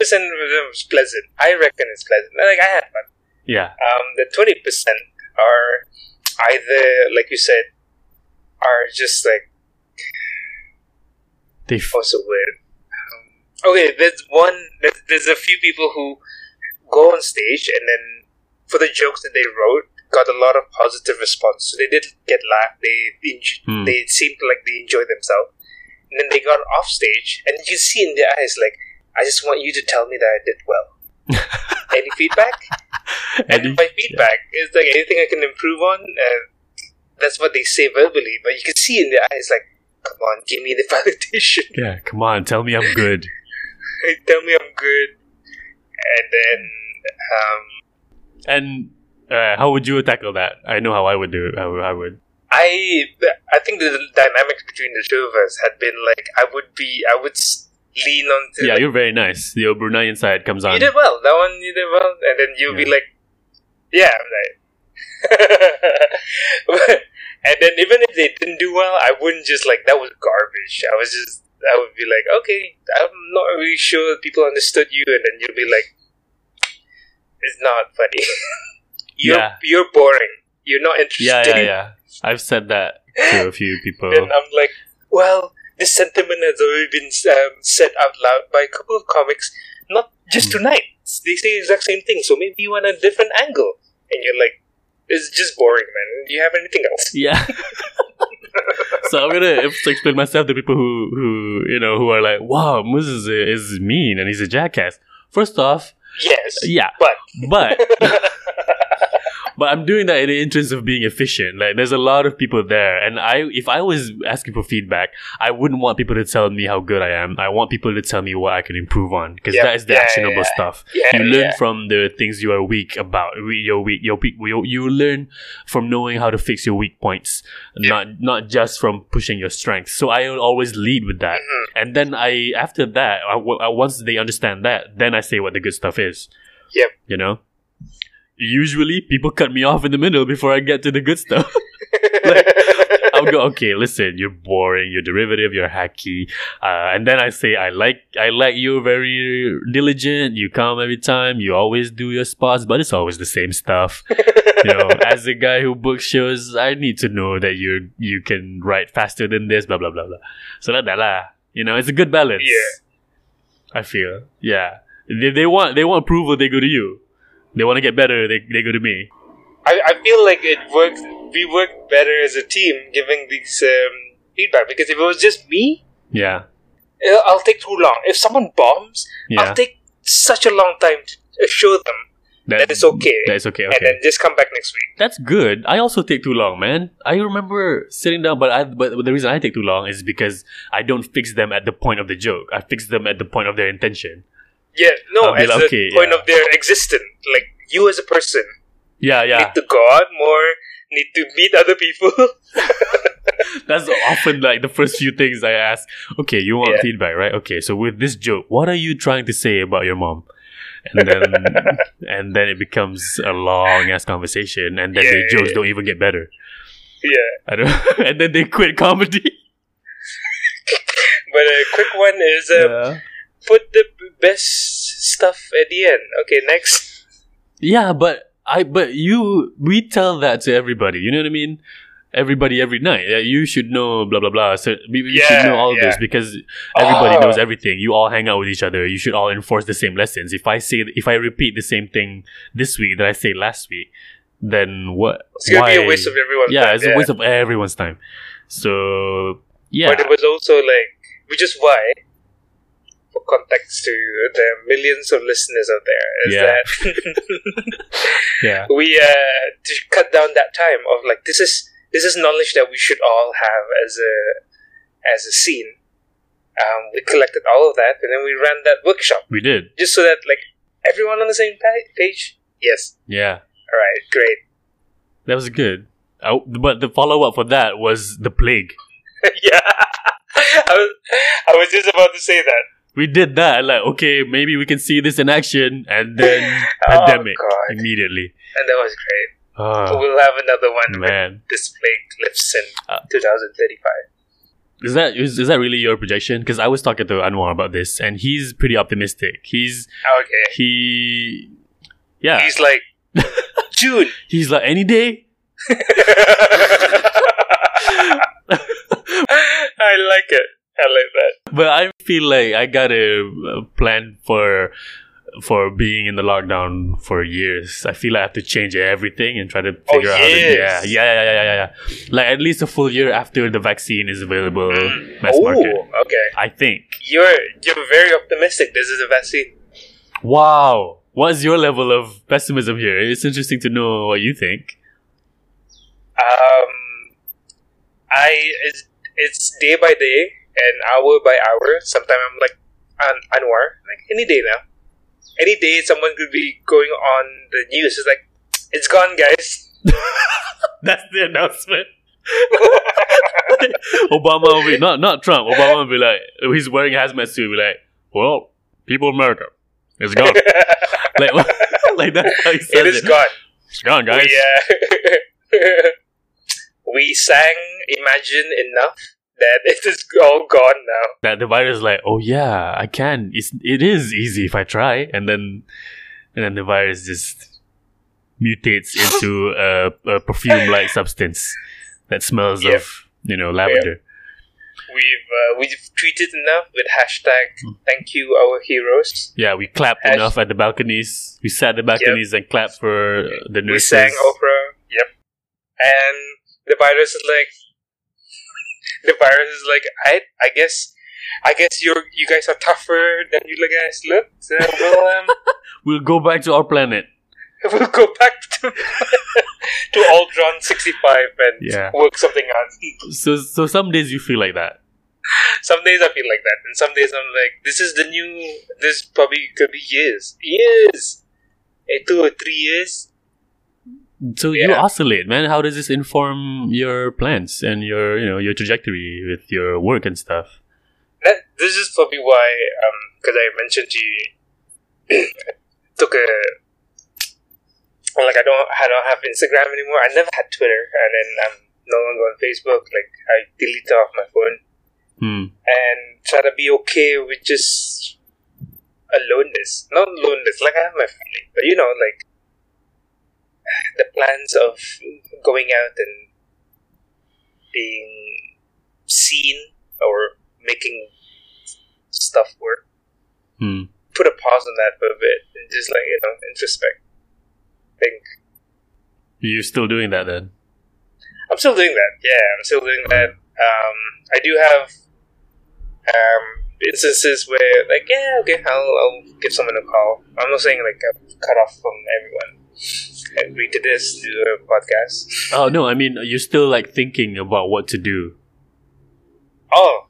[SPEAKER 5] 80% of them is pleasant i reckon it's pleasant like i had fun
[SPEAKER 1] yeah,
[SPEAKER 5] um, the twenty percent are either like you said are just like
[SPEAKER 1] they f-
[SPEAKER 5] also weird. Um, okay, there's one. There's, there's a few people who go on stage and then for the jokes that they wrote got a lot of positive response. So they did get laughed. They enj-
[SPEAKER 1] Hmm.
[SPEAKER 5] they seemed like they enjoyed themselves. And then they got off stage, and you can see in their eyes like, I just want you to tell me that I did well. Any feedback?
[SPEAKER 1] Eddie-
[SPEAKER 5] and my feedback is like anything I can improve on. Uh, that's what they say verbally, but you can see in their eyes like, come on, give me the validation.
[SPEAKER 1] yeah, come on, tell me I'm good.
[SPEAKER 5] Tell me I'm good. And then, um,
[SPEAKER 1] And uh, how would you tackle that? I know how I would do it. I would. I would.
[SPEAKER 5] I I think the dynamics between the two of us had been like I would be I would s- lean on to
[SPEAKER 1] Yeah,
[SPEAKER 5] like,
[SPEAKER 1] you're very nice. The Bruneian side comes on.
[SPEAKER 5] you did well that one you did well and then you'll be
[SPEAKER 1] Yeah.
[SPEAKER 5] like yeah I'm like and then even if they didn't do well I wouldn't just like that was garbage I was just I would be like okay I'm not really sure people understood you and then you'll be like it's not funny you're
[SPEAKER 1] Yeah.
[SPEAKER 5] you're boring you're not
[SPEAKER 1] Yeah,
[SPEAKER 5] interested
[SPEAKER 1] yeah, yeah. I've said that to a few people.
[SPEAKER 5] and I'm like, well, this sentiment has already been um, said out loud by a couple of comics, not just
[SPEAKER 1] Hmm.
[SPEAKER 5] tonight. They say the exact same thing, so maybe you want a different angle. And you're like, it's just boring, man. Do you have anything else?
[SPEAKER 1] Yeah. so I'm gonna have to explain myself to people who who you know who are like, wow, Moose is, is mean and he's a jackass. First off,
[SPEAKER 5] Yes.
[SPEAKER 1] yeah,
[SPEAKER 5] But-
[SPEAKER 1] but but I'm doing that in the interest of being efficient. Like, there's a lot of people there, and I, if I was asking for feedback, I wouldn't want people to tell me how good I am. I want people to tell me what I can improve on because
[SPEAKER 5] Yeah.
[SPEAKER 1] that is the
[SPEAKER 5] Yeah,
[SPEAKER 1] actionable
[SPEAKER 5] yeah.
[SPEAKER 1] stuff.
[SPEAKER 5] Yeah,
[SPEAKER 1] you learn
[SPEAKER 5] yeah.
[SPEAKER 1] from the things you are weak about. We- Your weak, your weak, you, you learn from knowing how to fix your weak points, not not just from pushing your strengths. So I will always lead with that,
[SPEAKER 5] Mm-hmm.
[SPEAKER 1] and then I after that, I, w- I- once they understand that, then I say what the good stuff is.
[SPEAKER 5] Yep.
[SPEAKER 1] You know. Usually, people cut me off in the middle before I get to the good stuff. I'll go, okay, listen, you're boring, you're derivative, you're hacky. Uh, and then I say, I like, I like you very diligent. You come every time. You always do your spots, but it's always the same stuff. you know, as a guy who books shows, I need to know that you you can write faster than this, blah blah blah blah. So that that lah. You know, it's a good balance.
[SPEAKER 5] Yeah.
[SPEAKER 1] I feel. Yeah. They, they want they want approval, they go to you. They want to get better, they, they go to me.
[SPEAKER 5] I, I feel like it works. We work better as a team giving these um, feedback because if it was just me,
[SPEAKER 1] Yeah.
[SPEAKER 5] I'll I'll take too long. If someone bombs,
[SPEAKER 1] Yeah.
[SPEAKER 5] I'll take such a long time to show them that it's okay.
[SPEAKER 1] That is okay, okay.
[SPEAKER 5] and then just come back next week.
[SPEAKER 1] That's good. I also take too long, man. I remember sitting down, but I but the reason I take too long is because I don't fix them at the point of the joke. I fix them at the point of their intention.
[SPEAKER 5] Yeah,
[SPEAKER 1] I'll
[SPEAKER 5] no,
[SPEAKER 1] be
[SPEAKER 5] as
[SPEAKER 1] like,
[SPEAKER 5] the
[SPEAKER 1] okay,
[SPEAKER 5] point
[SPEAKER 1] yeah.
[SPEAKER 5] of their existence, like you as a person
[SPEAKER 1] Yeah, yeah.
[SPEAKER 5] need to go out more, need to meet other people.
[SPEAKER 1] That's often like the first few things I ask. Okay, you want
[SPEAKER 5] Yeah.
[SPEAKER 1] feedback, right? Okay, so with this joke, what are you trying to say about your mom? and then and then it becomes a long ass conversation, and then
[SPEAKER 5] Yeah,
[SPEAKER 1] the
[SPEAKER 5] yeah,
[SPEAKER 1] jokes
[SPEAKER 5] yeah.
[SPEAKER 1] don't even get better.
[SPEAKER 5] yeah.
[SPEAKER 1] I don't, and then they quit comedy.
[SPEAKER 5] But a quick one is uh,
[SPEAKER 3] yeah.
[SPEAKER 5] put the b- best stuff at the end. Okay, next.
[SPEAKER 1] Yeah, but I but you we tell that to everybody. You know what I mean? Everybody every night. Yeah, you should know blah blah blah. So we- you should
[SPEAKER 5] Yeah,
[SPEAKER 1] know all of
[SPEAKER 5] yeah.
[SPEAKER 1] this because everybody
[SPEAKER 5] Ah.
[SPEAKER 1] knows everything. You all hang out with each other. You should all enforce the same lessons. If I say if I repeat the same thing this week that I say last week, then what?
[SPEAKER 5] It's gonna be a
[SPEAKER 1] why-
[SPEAKER 5] waste of everyone's
[SPEAKER 1] yeah,
[SPEAKER 5] time,
[SPEAKER 1] it's a waste of everyone's time. So yeah,
[SPEAKER 5] But it was also like, which is why, for context to the millions of listeners out there, is
[SPEAKER 1] Yeah.
[SPEAKER 5] that
[SPEAKER 1] yeah,
[SPEAKER 5] we uh, to cut down that time of like this is this is knowledge that we should all have as a as a scene. Um, we collected all of that and then we ran that workshop
[SPEAKER 1] we did.
[SPEAKER 5] just so that like everyone on the same pa- page. Yes.
[SPEAKER 1] Yeah.
[SPEAKER 5] All right. Great.
[SPEAKER 1] That was good. I, but the follow up for that was the plague.
[SPEAKER 5] yeah. I was I was just about to say that.
[SPEAKER 1] We did that. Like, okay, maybe we can see this in action, and then pandemic
[SPEAKER 5] Oh, God.
[SPEAKER 1] immediately.
[SPEAKER 5] And that was great.
[SPEAKER 1] Oh,
[SPEAKER 5] we'll have another one with
[SPEAKER 1] man,
[SPEAKER 5] this plague clips in
[SPEAKER 1] Uh,
[SPEAKER 5] 2035.
[SPEAKER 1] is that is, is that really your projection? Because I was talking to Anwar about this, and he's pretty optimistic. He's
[SPEAKER 5] Okay.
[SPEAKER 1] he, yeah, he's,
[SPEAKER 5] He's like June.
[SPEAKER 1] like any day.
[SPEAKER 5] I like it. I like that.
[SPEAKER 1] But I feel like I gotta uh, plan for for being in the lockdown for years. I feel like I have to change everything and try to
[SPEAKER 5] Oh,
[SPEAKER 1] figure out. how to- yeah, yeah,
[SPEAKER 5] years.
[SPEAKER 1] yeah, yeah, yeah, yeah. Like at least a full year after the vaccine is available, mass market.
[SPEAKER 5] Oh, okay.
[SPEAKER 1] I think.
[SPEAKER 5] You're you're very optimistic. This is a vaccine.
[SPEAKER 1] Wow. What's your level of pessimism here? It's interesting to know what you think.
[SPEAKER 5] Um, I it's, it's day by day and hour by hour. Sometimes I'm like an Anwar, like any day now. Any day someone could be going on the news. It's like it's gone, guys.
[SPEAKER 1] That's the announcement. Obama will be not not Trump. Obama will be like he's wearing a hazmat suit. Will be like, well, people of America, it's gone. like like that. How he says
[SPEAKER 5] it is gone.
[SPEAKER 1] It's gone, guys.
[SPEAKER 5] We, uh, we sang Imagine enough that it is all gone now.
[SPEAKER 1] That the virus is like, oh yeah, I can. It's it is easy if I try, and then and then the virus just mutates into a, a perfume like substance that smells
[SPEAKER 5] Yep.
[SPEAKER 1] of you know lavender.
[SPEAKER 5] We've uh, we've tweeted enough with hashtag
[SPEAKER 1] Hmm.
[SPEAKER 5] Thank you our heroes.
[SPEAKER 1] Yeah, we clapped
[SPEAKER 5] Hash-
[SPEAKER 1] enough at the balconies. We sat at the balconies and clapped for uh, the
[SPEAKER 5] We
[SPEAKER 1] nurses.
[SPEAKER 5] sang Oprah. Yep. And the virus is like the virus is like I I guess I guess you are you guys are tougher than you guys look. So we'll um,
[SPEAKER 1] We'll go back to our planet.
[SPEAKER 5] we'll go back to to Aldron sixty five and
[SPEAKER 1] Yeah.
[SPEAKER 5] work something out.
[SPEAKER 1] So, so some days you feel like that.
[SPEAKER 5] some days I feel like that, and some days I'm like, this is the new. This probably could be years, years, Eh, two or three years.
[SPEAKER 1] So you
[SPEAKER 5] Yeah.
[SPEAKER 1] oscillate, man. How does this inform your plans and your, you know, your trajectory with your work and stuff?
[SPEAKER 5] That this is probably why, um, because I mentioned to you, took a. Like I don't, I don't have Instagram anymore. I never had Twitter, and then I'm no longer on Facebook. Like I deleted off my phone
[SPEAKER 1] Hmm.
[SPEAKER 5] and try to be okay with just aloneness. Not aloneness, like I have my family, but you know, like the plans of going out and being seen or making stuff work.
[SPEAKER 1] Hmm.
[SPEAKER 5] Put a pause on that for a bit and just like, you know, introspect. Think.
[SPEAKER 1] You're still doing that then?
[SPEAKER 5] I'm still doing that. Yeah, I'm still doing that. Um, I do have um, instances where, like, yeah, okay, I'll, I'll give someone a call. I'm not saying like I'm cut off from everyone. And we did this do a podcast.
[SPEAKER 1] Oh no, I mean you're still like thinking about what to do
[SPEAKER 5] Oh,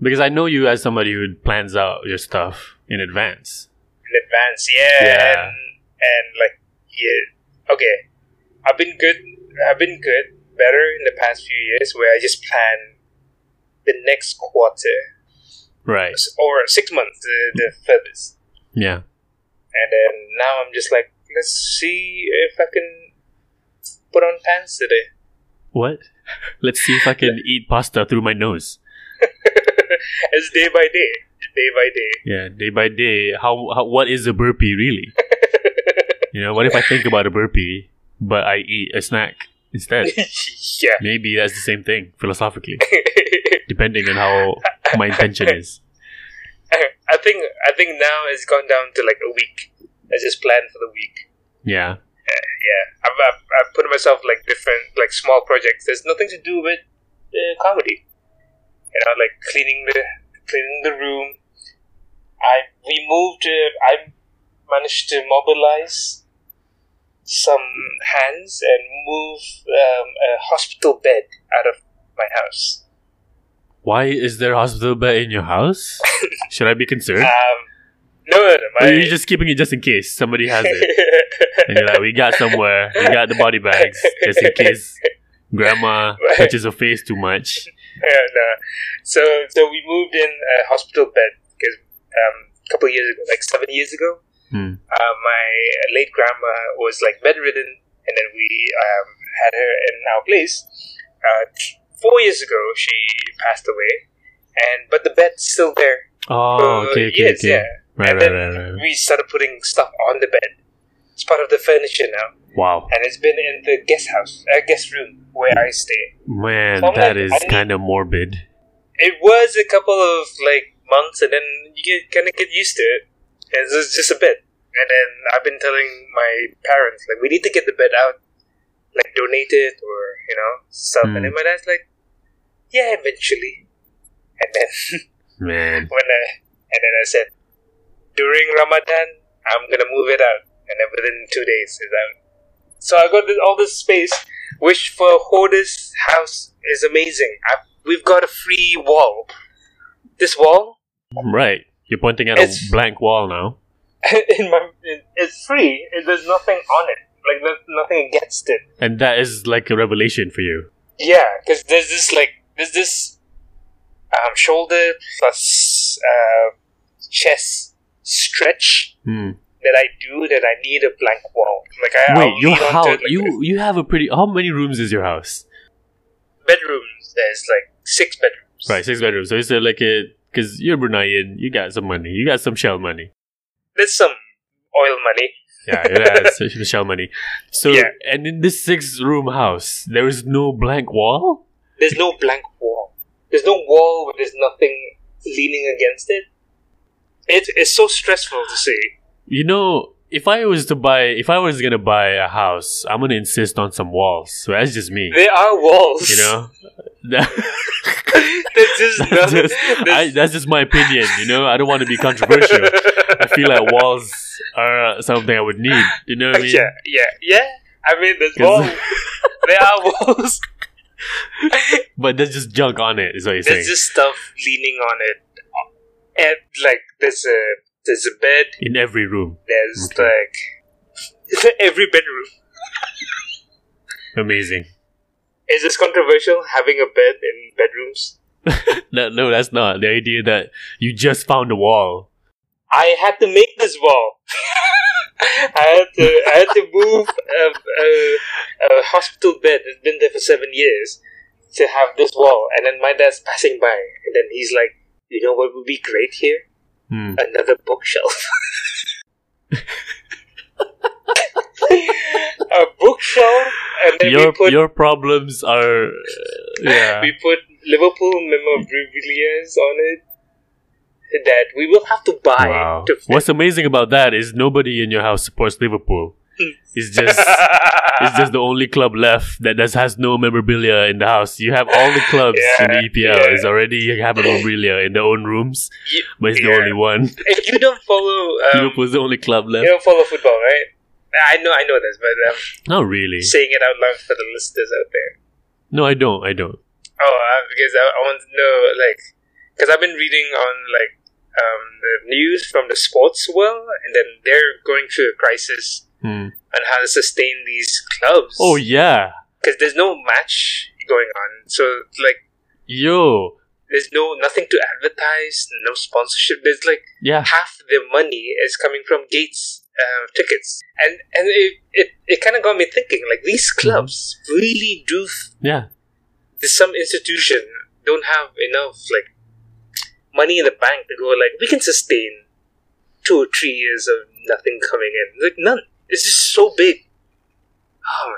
[SPEAKER 1] because I know you as somebody who plans out your stuff in advance.
[SPEAKER 5] in advance, yeah,
[SPEAKER 1] Yeah.
[SPEAKER 5] And, and like, yeah, okay. I've been good. I've been good, better in the past few years where I just plan the next quarter
[SPEAKER 1] Right.
[SPEAKER 5] or six months, the, the furthest.
[SPEAKER 1] Yeah.
[SPEAKER 5] And then now I'm just like, let's see if I can put on pants today.
[SPEAKER 1] What? Let's see if I can eat pasta through my nose.
[SPEAKER 5] it's day by day, day by day.
[SPEAKER 1] Yeah, day by day. How, how what is a burpee really? you know, what if I think about a burpee, but I eat a snack instead?
[SPEAKER 5] yeah.
[SPEAKER 1] Maybe that's the same thing philosophically, depending on how my intention is.
[SPEAKER 5] I think I think now it's gone down to like a week. I just plan for the week.
[SPEAKER 1] Yeah,
[SPEAKER 5] Yeah, I've, I've, I've put myself like different like small projects. There's nothing to do with uh, comedy. You know, like cleaning the cleaning the room. I we moved. Uh, I managed to mobilize some hands and move um, a hospital bed out of my house.
[SPEAKER 1] Why is there a hospital bed in your house? Should I be concerned?
[SPEAKER 5] Um, no, no, no,
[SPEAKER 1] or
[SPEAKER 5] my,
[SPEAKER 1] are you just keeping it just in case somebody has it? And you're like, we got somewhere. We got the body bags just in case grandma touches her face too much.
[SPEAKER 5] Yeah, no. uh, So, so we moved in a hospital bed because um, a couple of years ago, like seven years ago,
[SPEAKER 1] Hmm.
[SPEAKER 5] uh, my late grandma was like bedridden, and then we um, had her in our place. Uh, four years ago, she passed away, and but the bed's still there.
[SPEAKER 1] Oh,
[SPEAKER 5] Uh,
[SPEAKER 1] okay, okay,
[SPEAKER 5] yes,
[SPEAKER 1] okay.
[SPEAKER 5] yeah.
[SPEAKER 1] Right, right,
[SPEAKER 5] and then
[SPEAKER 1] right, right, right.
[SPEAKER 5] we started putting stuff on the bed. It's part of the furniture now,
[SPEAKER 1] Wow,
[SPEAKER 5] and it's been in the guest house, uh, guest room where I stay.
[SPEAKER 1] man,
[SPEAKER 5] So I'm
[SPEAKER 1] that
[SPEAKER 5] like,
[SPEAKER 1] is
[SPEAKER 5] I need-
[SPEAKER 1] kind of morbid.
[SPEAKER 5] it was a couple of like months and then you get kind of get used to it and it was just a bit and then i've been telling my parents like we need to get the bed out like donate it or you know stuff and then my dad's like yeah eventually and then
[SPEAKER 1] Man,
[SPEAKER 5] when i and then i said during ramadan i'm gonna move it out and then within two days it's out so i got this, all this space which for hoda's house is amazing I, we've got a free wall this wall
[SPEAKER 1] right. You're pointing at
[SPEAKER 5] It's-
[SPEAKER 1] a blank wall now.
[SPEAKER 5] in my it, it's free It- there's nothing on it like there's nothing against it
[SPEAKER 1] And that is like a revelation for you.
[SPEAKER 5] yeah because there's this like there's this um, shoulder plus uh, chest stretch
[SPEAKER 1] Hmm.
[SPEAKER 5] that I do that I need a blank wall. Like I
[SPEAKER 1] Wait,
[SPEAKER 5] I'll
[SPEAKER 1] your
[SPEAKER 5] lean onto
[SPEAKER 1] house,
[SPEAKER 5] it like
[SPEAKER 1] you you have a pretty. How many rooms is your house?
[SPEAKER 5] this. bedrooms. There's like six bedrooms.
[SPEAKER 1] Right, six bedrooms. So it's uh, like a because you're Bruneian, you got some money, you got some shell money.
[SPEAKER 5] There's some oil money.
[SPEAKER 1] Yeah, yeah, so the shell money. So
[SPEAKER 5] Yeah.
[SPEAKER 1] and in this six room house, there is no blank wall.
[SPEAKER 5] There's no blank wall. There's no wall where there's nothing leaning against it. It is so stressful to see.
[SPEAKER 1] You know, if I was to buy, if I was gonna buy a house, I'm gonna insist on some walls. So that's just me.
[SPEAKER 5] There are walls.
[SPEAKER 1] You know, That-
[SPEAKER 5] there's just
[SPEAKER 1] that's
[SPEAKER 5] nothing.
[SPEAKER 1] just, I, that's just my opinion. You know, I don't want to be controversial. I feel like walls are something I would need. You know what I mean?
[SPEAKER 5] yeah, yeah, yeah. I mean, there's
[SPEAKER 1] 'Cause-
[SPEAKER 5] walls. there are walls.
[SPEAKER 1] But there's just junk on it. Is what you're saying?
[SPEAKER 5] There's just stuff leaning on it. And like, there's a there's a bed.
[SPEAKER 1] in every room.
[SPEAKER 5] There's
[SPEAKER 1] Okay.
[SPEAKER 5] like every bedroom.
[SPEAKER 1] Amazing.
[SPEAKER 5] Is this controversial having a bed in bedrooms?
[SPEAKER 1] No, no, that's not the idea that you just found a wall.
[SPEAKER 5] I had to make this wall. I had to I had to move a, a, a hospital bed that's been there for seven years to have this wall, and then my dad's passing by, and then he's like, "You know what would be great here?
[SPEAKER 1] Hmm.
[SPEAKER 5] Another bookshelf." a bookshelf, and then
[SPEAKER 1] Your
[SPEAKER 5] we put
[SPEAKER 1] your problems are uh, yeah.
[SPEAKER 5] we put Liverpool memorabilia on it that we will have to buy
[SPEAKER 1] Wow.
[SPEAKER 5] to fit.
[SPEAKER 1] What's amazing about that is nobody in your house supports Liverpool. It's just it's just the only club left that does, has no memorabilia in the house. You have all the clubs in the E EPL
[SPEAKER 5] yeah.
[SPEAKER 1] is already have memorabilia in their own rooms,
[SPEAKER 5] Ye-
[SPEAKER 1] but it's
[SPEAKER 5] yeah.
[SPEAKER 1] the only one.
[SPEAKER 5] if you don't follow um,
[SPEAKER 1] Liverpool's the only club left.
[SPEAKER 5] you don't follow football, right? I know, I know this, but I'm
[SPEAKER 1] Not really.
[SPEAKER 5] saying it out loud for the listeners out there.
[SPEAKER 1] No, I don't. I don't.
[SPEAKER 5] Oh, uh, because I, I want to know, like, because I've been reading on like um, the news from the sports world, and then they're going through a crisis
[SPEAKER 1] Hmm.
[SPEAKER 5] on how to sustain these clubs.
[SPEAKER 1] Oh yeah,
[SPEAKER 5] because there's no match going on, so like.
[SPEAKER 1] yo.
[SPEAKER 5] There's no nothing to advertise, no sponsorship. There's like
[SPEAKER 1] Yeah,
[SPEAKER 5] half their money is coming from Gates uh, tickets, and and it it, it kind of got me thinking. Like these clubs really do. F-
[SPEAKER 1] Yeah.
[SPEAKER 5] some institution don't have enough like money in the bank to go. Like we can sustain two or three years of nothing coming in. Like none. It's just so big. Oh,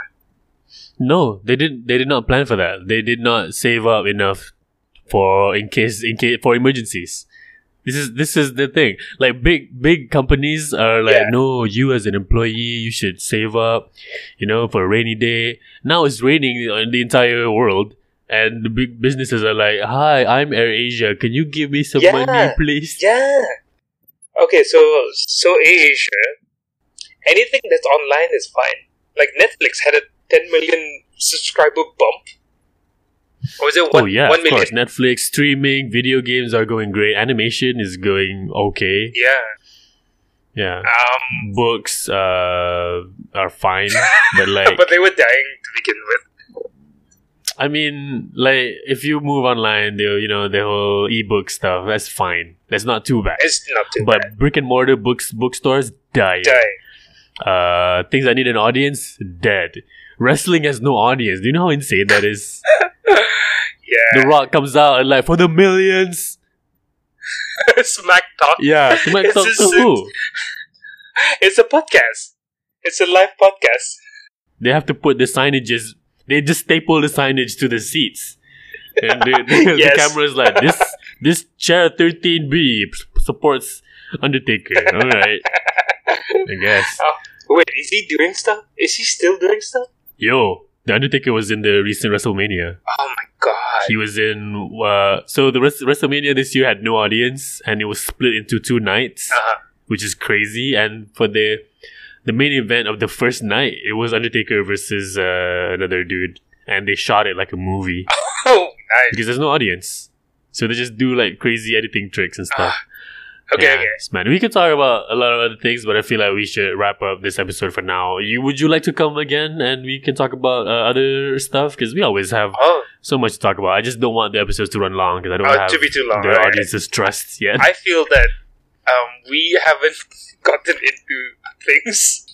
[SPEAKER 1] No, they did. They did not plan for that. They did not save up enough for in case in case for emergencies. This is this is the thing. Like big big companies are like,
[SPEAKER 5] Yeah.
[SPEAKER 1] no, you as an employee, you should save up, you know, for a rainy day. Now it's raining in the entire world, and the big businesses are like, hi, I'm AirAsia. Can you give me some
[SPEAKER 5] Yeah.
[SPEAKER 1] money, please?
[SPEAKER 5] Yeah. Okay, so so AirAsia, anything that's online is fine. Like Netflix had a 10 million subscriber bump. Or was it
[SPEAKER 1] Oh
[SPEAKER 5] one
[SPEAKER 1] yeah,
[SPEAKER 5] one
[SPEAKER 1] of
[SPEAKER 5] million?
[SPEAKER 1] course. Netflix streaming, video games are going great. Animation is going okay.
[SPEAKER 5] Yeah.
[SPEAKER 1] Yeah.
[SPEAKER 5] Um,
[SPEAKER 1] books uh, are fine, but like
[SPEAKER 5] but they were dying to begin with.
[SPEAKER 1] I mean, like if you move online, the you know the whole ebook stuff that's fine. That's not too bad.
[SPEAKER 5] It's not too
[SPEAKER 1] But
[SPEAKER 5] bad.
[SPEAKER 1] brick and mortar books bookstores dying.
[SPEAKER 5] Dying.
[SPEAKER 1] Uh, things that need an audience dead. Wrestling has no audience. Do you know how insane that is?
[SPEAKER 5] Yeah.
[SPEAKER 1] the Rock comes out and like for the millions.
[SPEAKER 5] Smack Talk.
[SPEAKER 1] Yeah, Smack
[SPEAKER 5] It's
[SPEAKER 1] Talk
[SPEAKER 5] just-
[SPEAKER 1] to "Oh, who?
[SPEAKER 5] It's a podcast. It's a live podcast.
[SPEAKER 1] They have to put the signages. They just staple the signage to the seats, and the, the,
[SPEAKER 5] Yes.
[SPEAKER 1] camera's like this. This chair thirteen B supports Undertaker. All right, I guess.
[SPEAKER 5] Wait, is he doing stuff? Is he still doing stuff?
[SPEAKER 1] Yo, the Undertaker was in the recent WrestleMania.
[SPEAKER 5] Oh my god.
[SPEAKER 1] He was in. Uh, so the Wres- WrestleMania this year had no audience, and it was split into two nights,
[SPEAKER 5] Uh-huh.
[SPEAKER 1] which is crazy. And for the the main event of the first night, it was Undertaker versus uh, another dude, and they shot it like a movie.
[SPEAKER 5] Oh, nice.
[SPEAKER 1] because there's no audience. So they just do like crazy editing tricks and stuff.
[SPEAKER 5] Ah, Okay,
[SPEAKER 1] Yeah,
[SPEAKER 5] okay.
[SPEAKER 1] it's mad. We could talk about a lot of other things, but I feel like we should wrap up this episode for now. You would you like to come again and we can talk about uh, other stuff because we always have
[SPEAKER 5] Oh,
[SPEAKER 1] so much to talk about. I just don't want the episodes to run long because I don't
[SPEAKER 5] Oh,
[SPEAKER 1] have
[SPEAKER 5] to be too long,
[SPEAKER 1] the
[SPEAKER 5] right, right.
[SPEAKER 1] audience's trust yet.
[SPEAKER 5] I feel that um, we haven't gotten into things.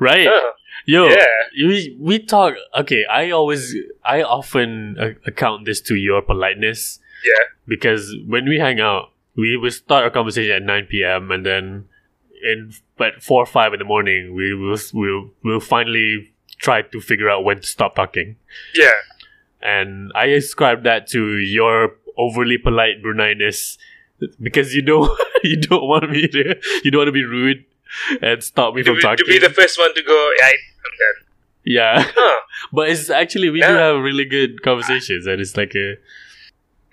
[SPEAKER 1] right?
[SPEAKER 5] Oh,
[SPEAKER 1] Yo,
[SPEAKER 5] yeah.
[SPEAKER 1] we we talk. Okay, I always I often uh, account this to your politeness.
[SPEAKER 5] Yeah.
[SPEAKER 1] because when we hang out, we will start our conversation at nine p.m. and then in at four or five in the morning, we will we'll, we'll finally try to figure out when to stop talking.
[SPEAKER 5] Yeah.
[SPEAKER 1] And I ascribe that to your overly polite Bruneiness because you don't you don't want me to you don't want to be rude and stop me
[SPEAKER 5] To
[SPEAKER 1] from
[SPEAKER 5] be, to
[SPEAKER 1] talking.
[SPEAKER 5] be the first one to go, I, I'm done.
[SPEAKER 1] yeah,
[SPEAKER 5] Huh.
[SPEAKER 1] but it's actually we do
[SPEAKER 5] Yeah.
[SPEAKER 1] have really good conversations, and it's like a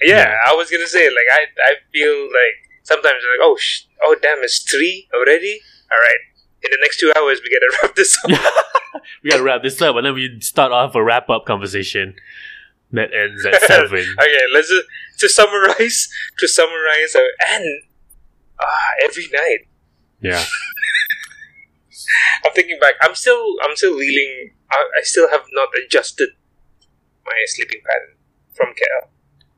[SPEAKER 5] Yeah,
[SPEAKER 1] Yeah.
[SPEAKER 5] I was gonna say like I I feel like sometimes like oh sh- oh damn it's three already. All right, in the next two hours we gotta wrap this up.
[SPEAKER 1] we gotta wrap this up, and then we start off a wrap up conversation that ends at seven.
[SPEAKER 5] okay, let's just, to summarize to summarize uh, and ah every night
[SPEAKER 1] yeah,
[SPEAKER 5] I'm thinking back. I'm still I'm still reeling. I, I still have not adjusted my sleeping pattern from KL.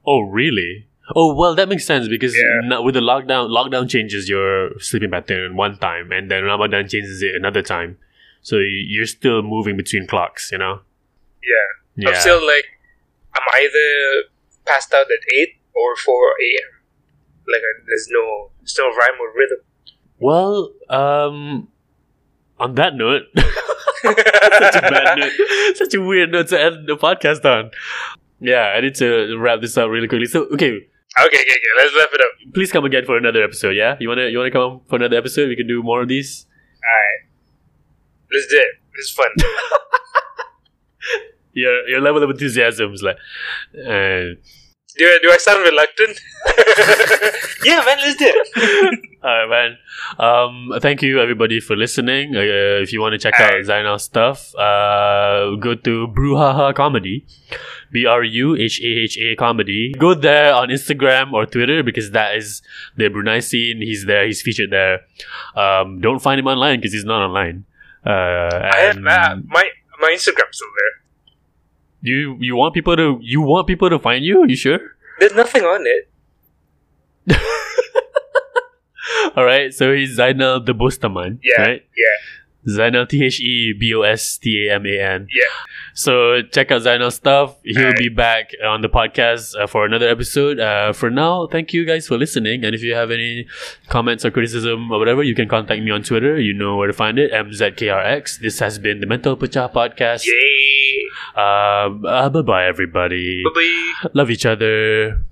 [SPEAKER 1] Oh, really? Oh, well, that makes sense because
[SPEAKER 5] Yeah.
[SPEAKER 1] no- with the lockdown, lockdown changes your sleeping pattern one time, and then Ramadan changes it another time. So y- you're still moving between clocks, you know?
[SPEAKER 5] Yeah.
[SPEAKER 1] Yeah.
[SPEAKER 5] I'm still like I'm either passed out at eight or four a.m. Like I, there's no there's no rhyme or rhythm.
[SPEAKER 1] well, um, on that note,
[SPEAKER 5] Such
[SPEAKER 1] such a bad note, such a weird note to end the podcast on. Yeah, I need to wrap this up really quickly. So, okay,
[SPEAKER 5] Okay, okay, okay. Let's wrap it up.
[SPEAKER 1] please come again for another episode. Yeah, you wanna you wanna come for another episode? We can do more of these.
[SPEAKER 5] Alright. Let's do it. It's fun.
[SPEAKER 1] Your your level of enthusiasm is like, uh,
[SPEAKER 5] do, I, do I sound reluctant? yeah, man, let's do it.
[SPEAKER 1] All right, man. Um, thank you everybody for listening. Uh, if you want to check out
[SPEAKER 5] Alright.
[SPEAKER 1] Zainal's stuff, uh, go to Bruhaha Comedy, B R U H A H A Comedy. Go there on Instagram or Twitter because that is the Brunei scene. He's there. He's featured there. Um, don't find him online because he's not online. Uh,
[SPEAKER 5] I have,
[SPEAKER 1] and
[SPEAKER 5] uh, my, my Instagram's still there.
[SPEAKER 1] you you want people to you want people to find you? You sure?
[SPEAKER 5] There's nothing on it.
[SPEAKER 1] All right, so he's Zainal the Bustaman,
[SPEAKER 5] Yeah,
[SPEAKER 1] right?
[SPEAKER 5] yeah.
[SPEAKER 1] Zainal T H E B O S T A M A N.
[SPEAKER 5] Yeah.
[SPEAKER 1] So check out Zainal's stuff. He'll
[SPEAKER 5] Alright.
[SPEAKER 1] be back on the podcast uh, for another episode. Uh, for now, thank you guys for listening. And if you have any comments or criticism or whatever, you can contact me on Twitter. You know where to find it. MZKRX. This has been the Mental Pacha podcast.
[SPEAKER 5] Yay!
[SPEAKER 1] Um, Uh, bye bye, everybody.
[SPEAKER 5] Bye bye.
[SPEAKER 1] Love each other.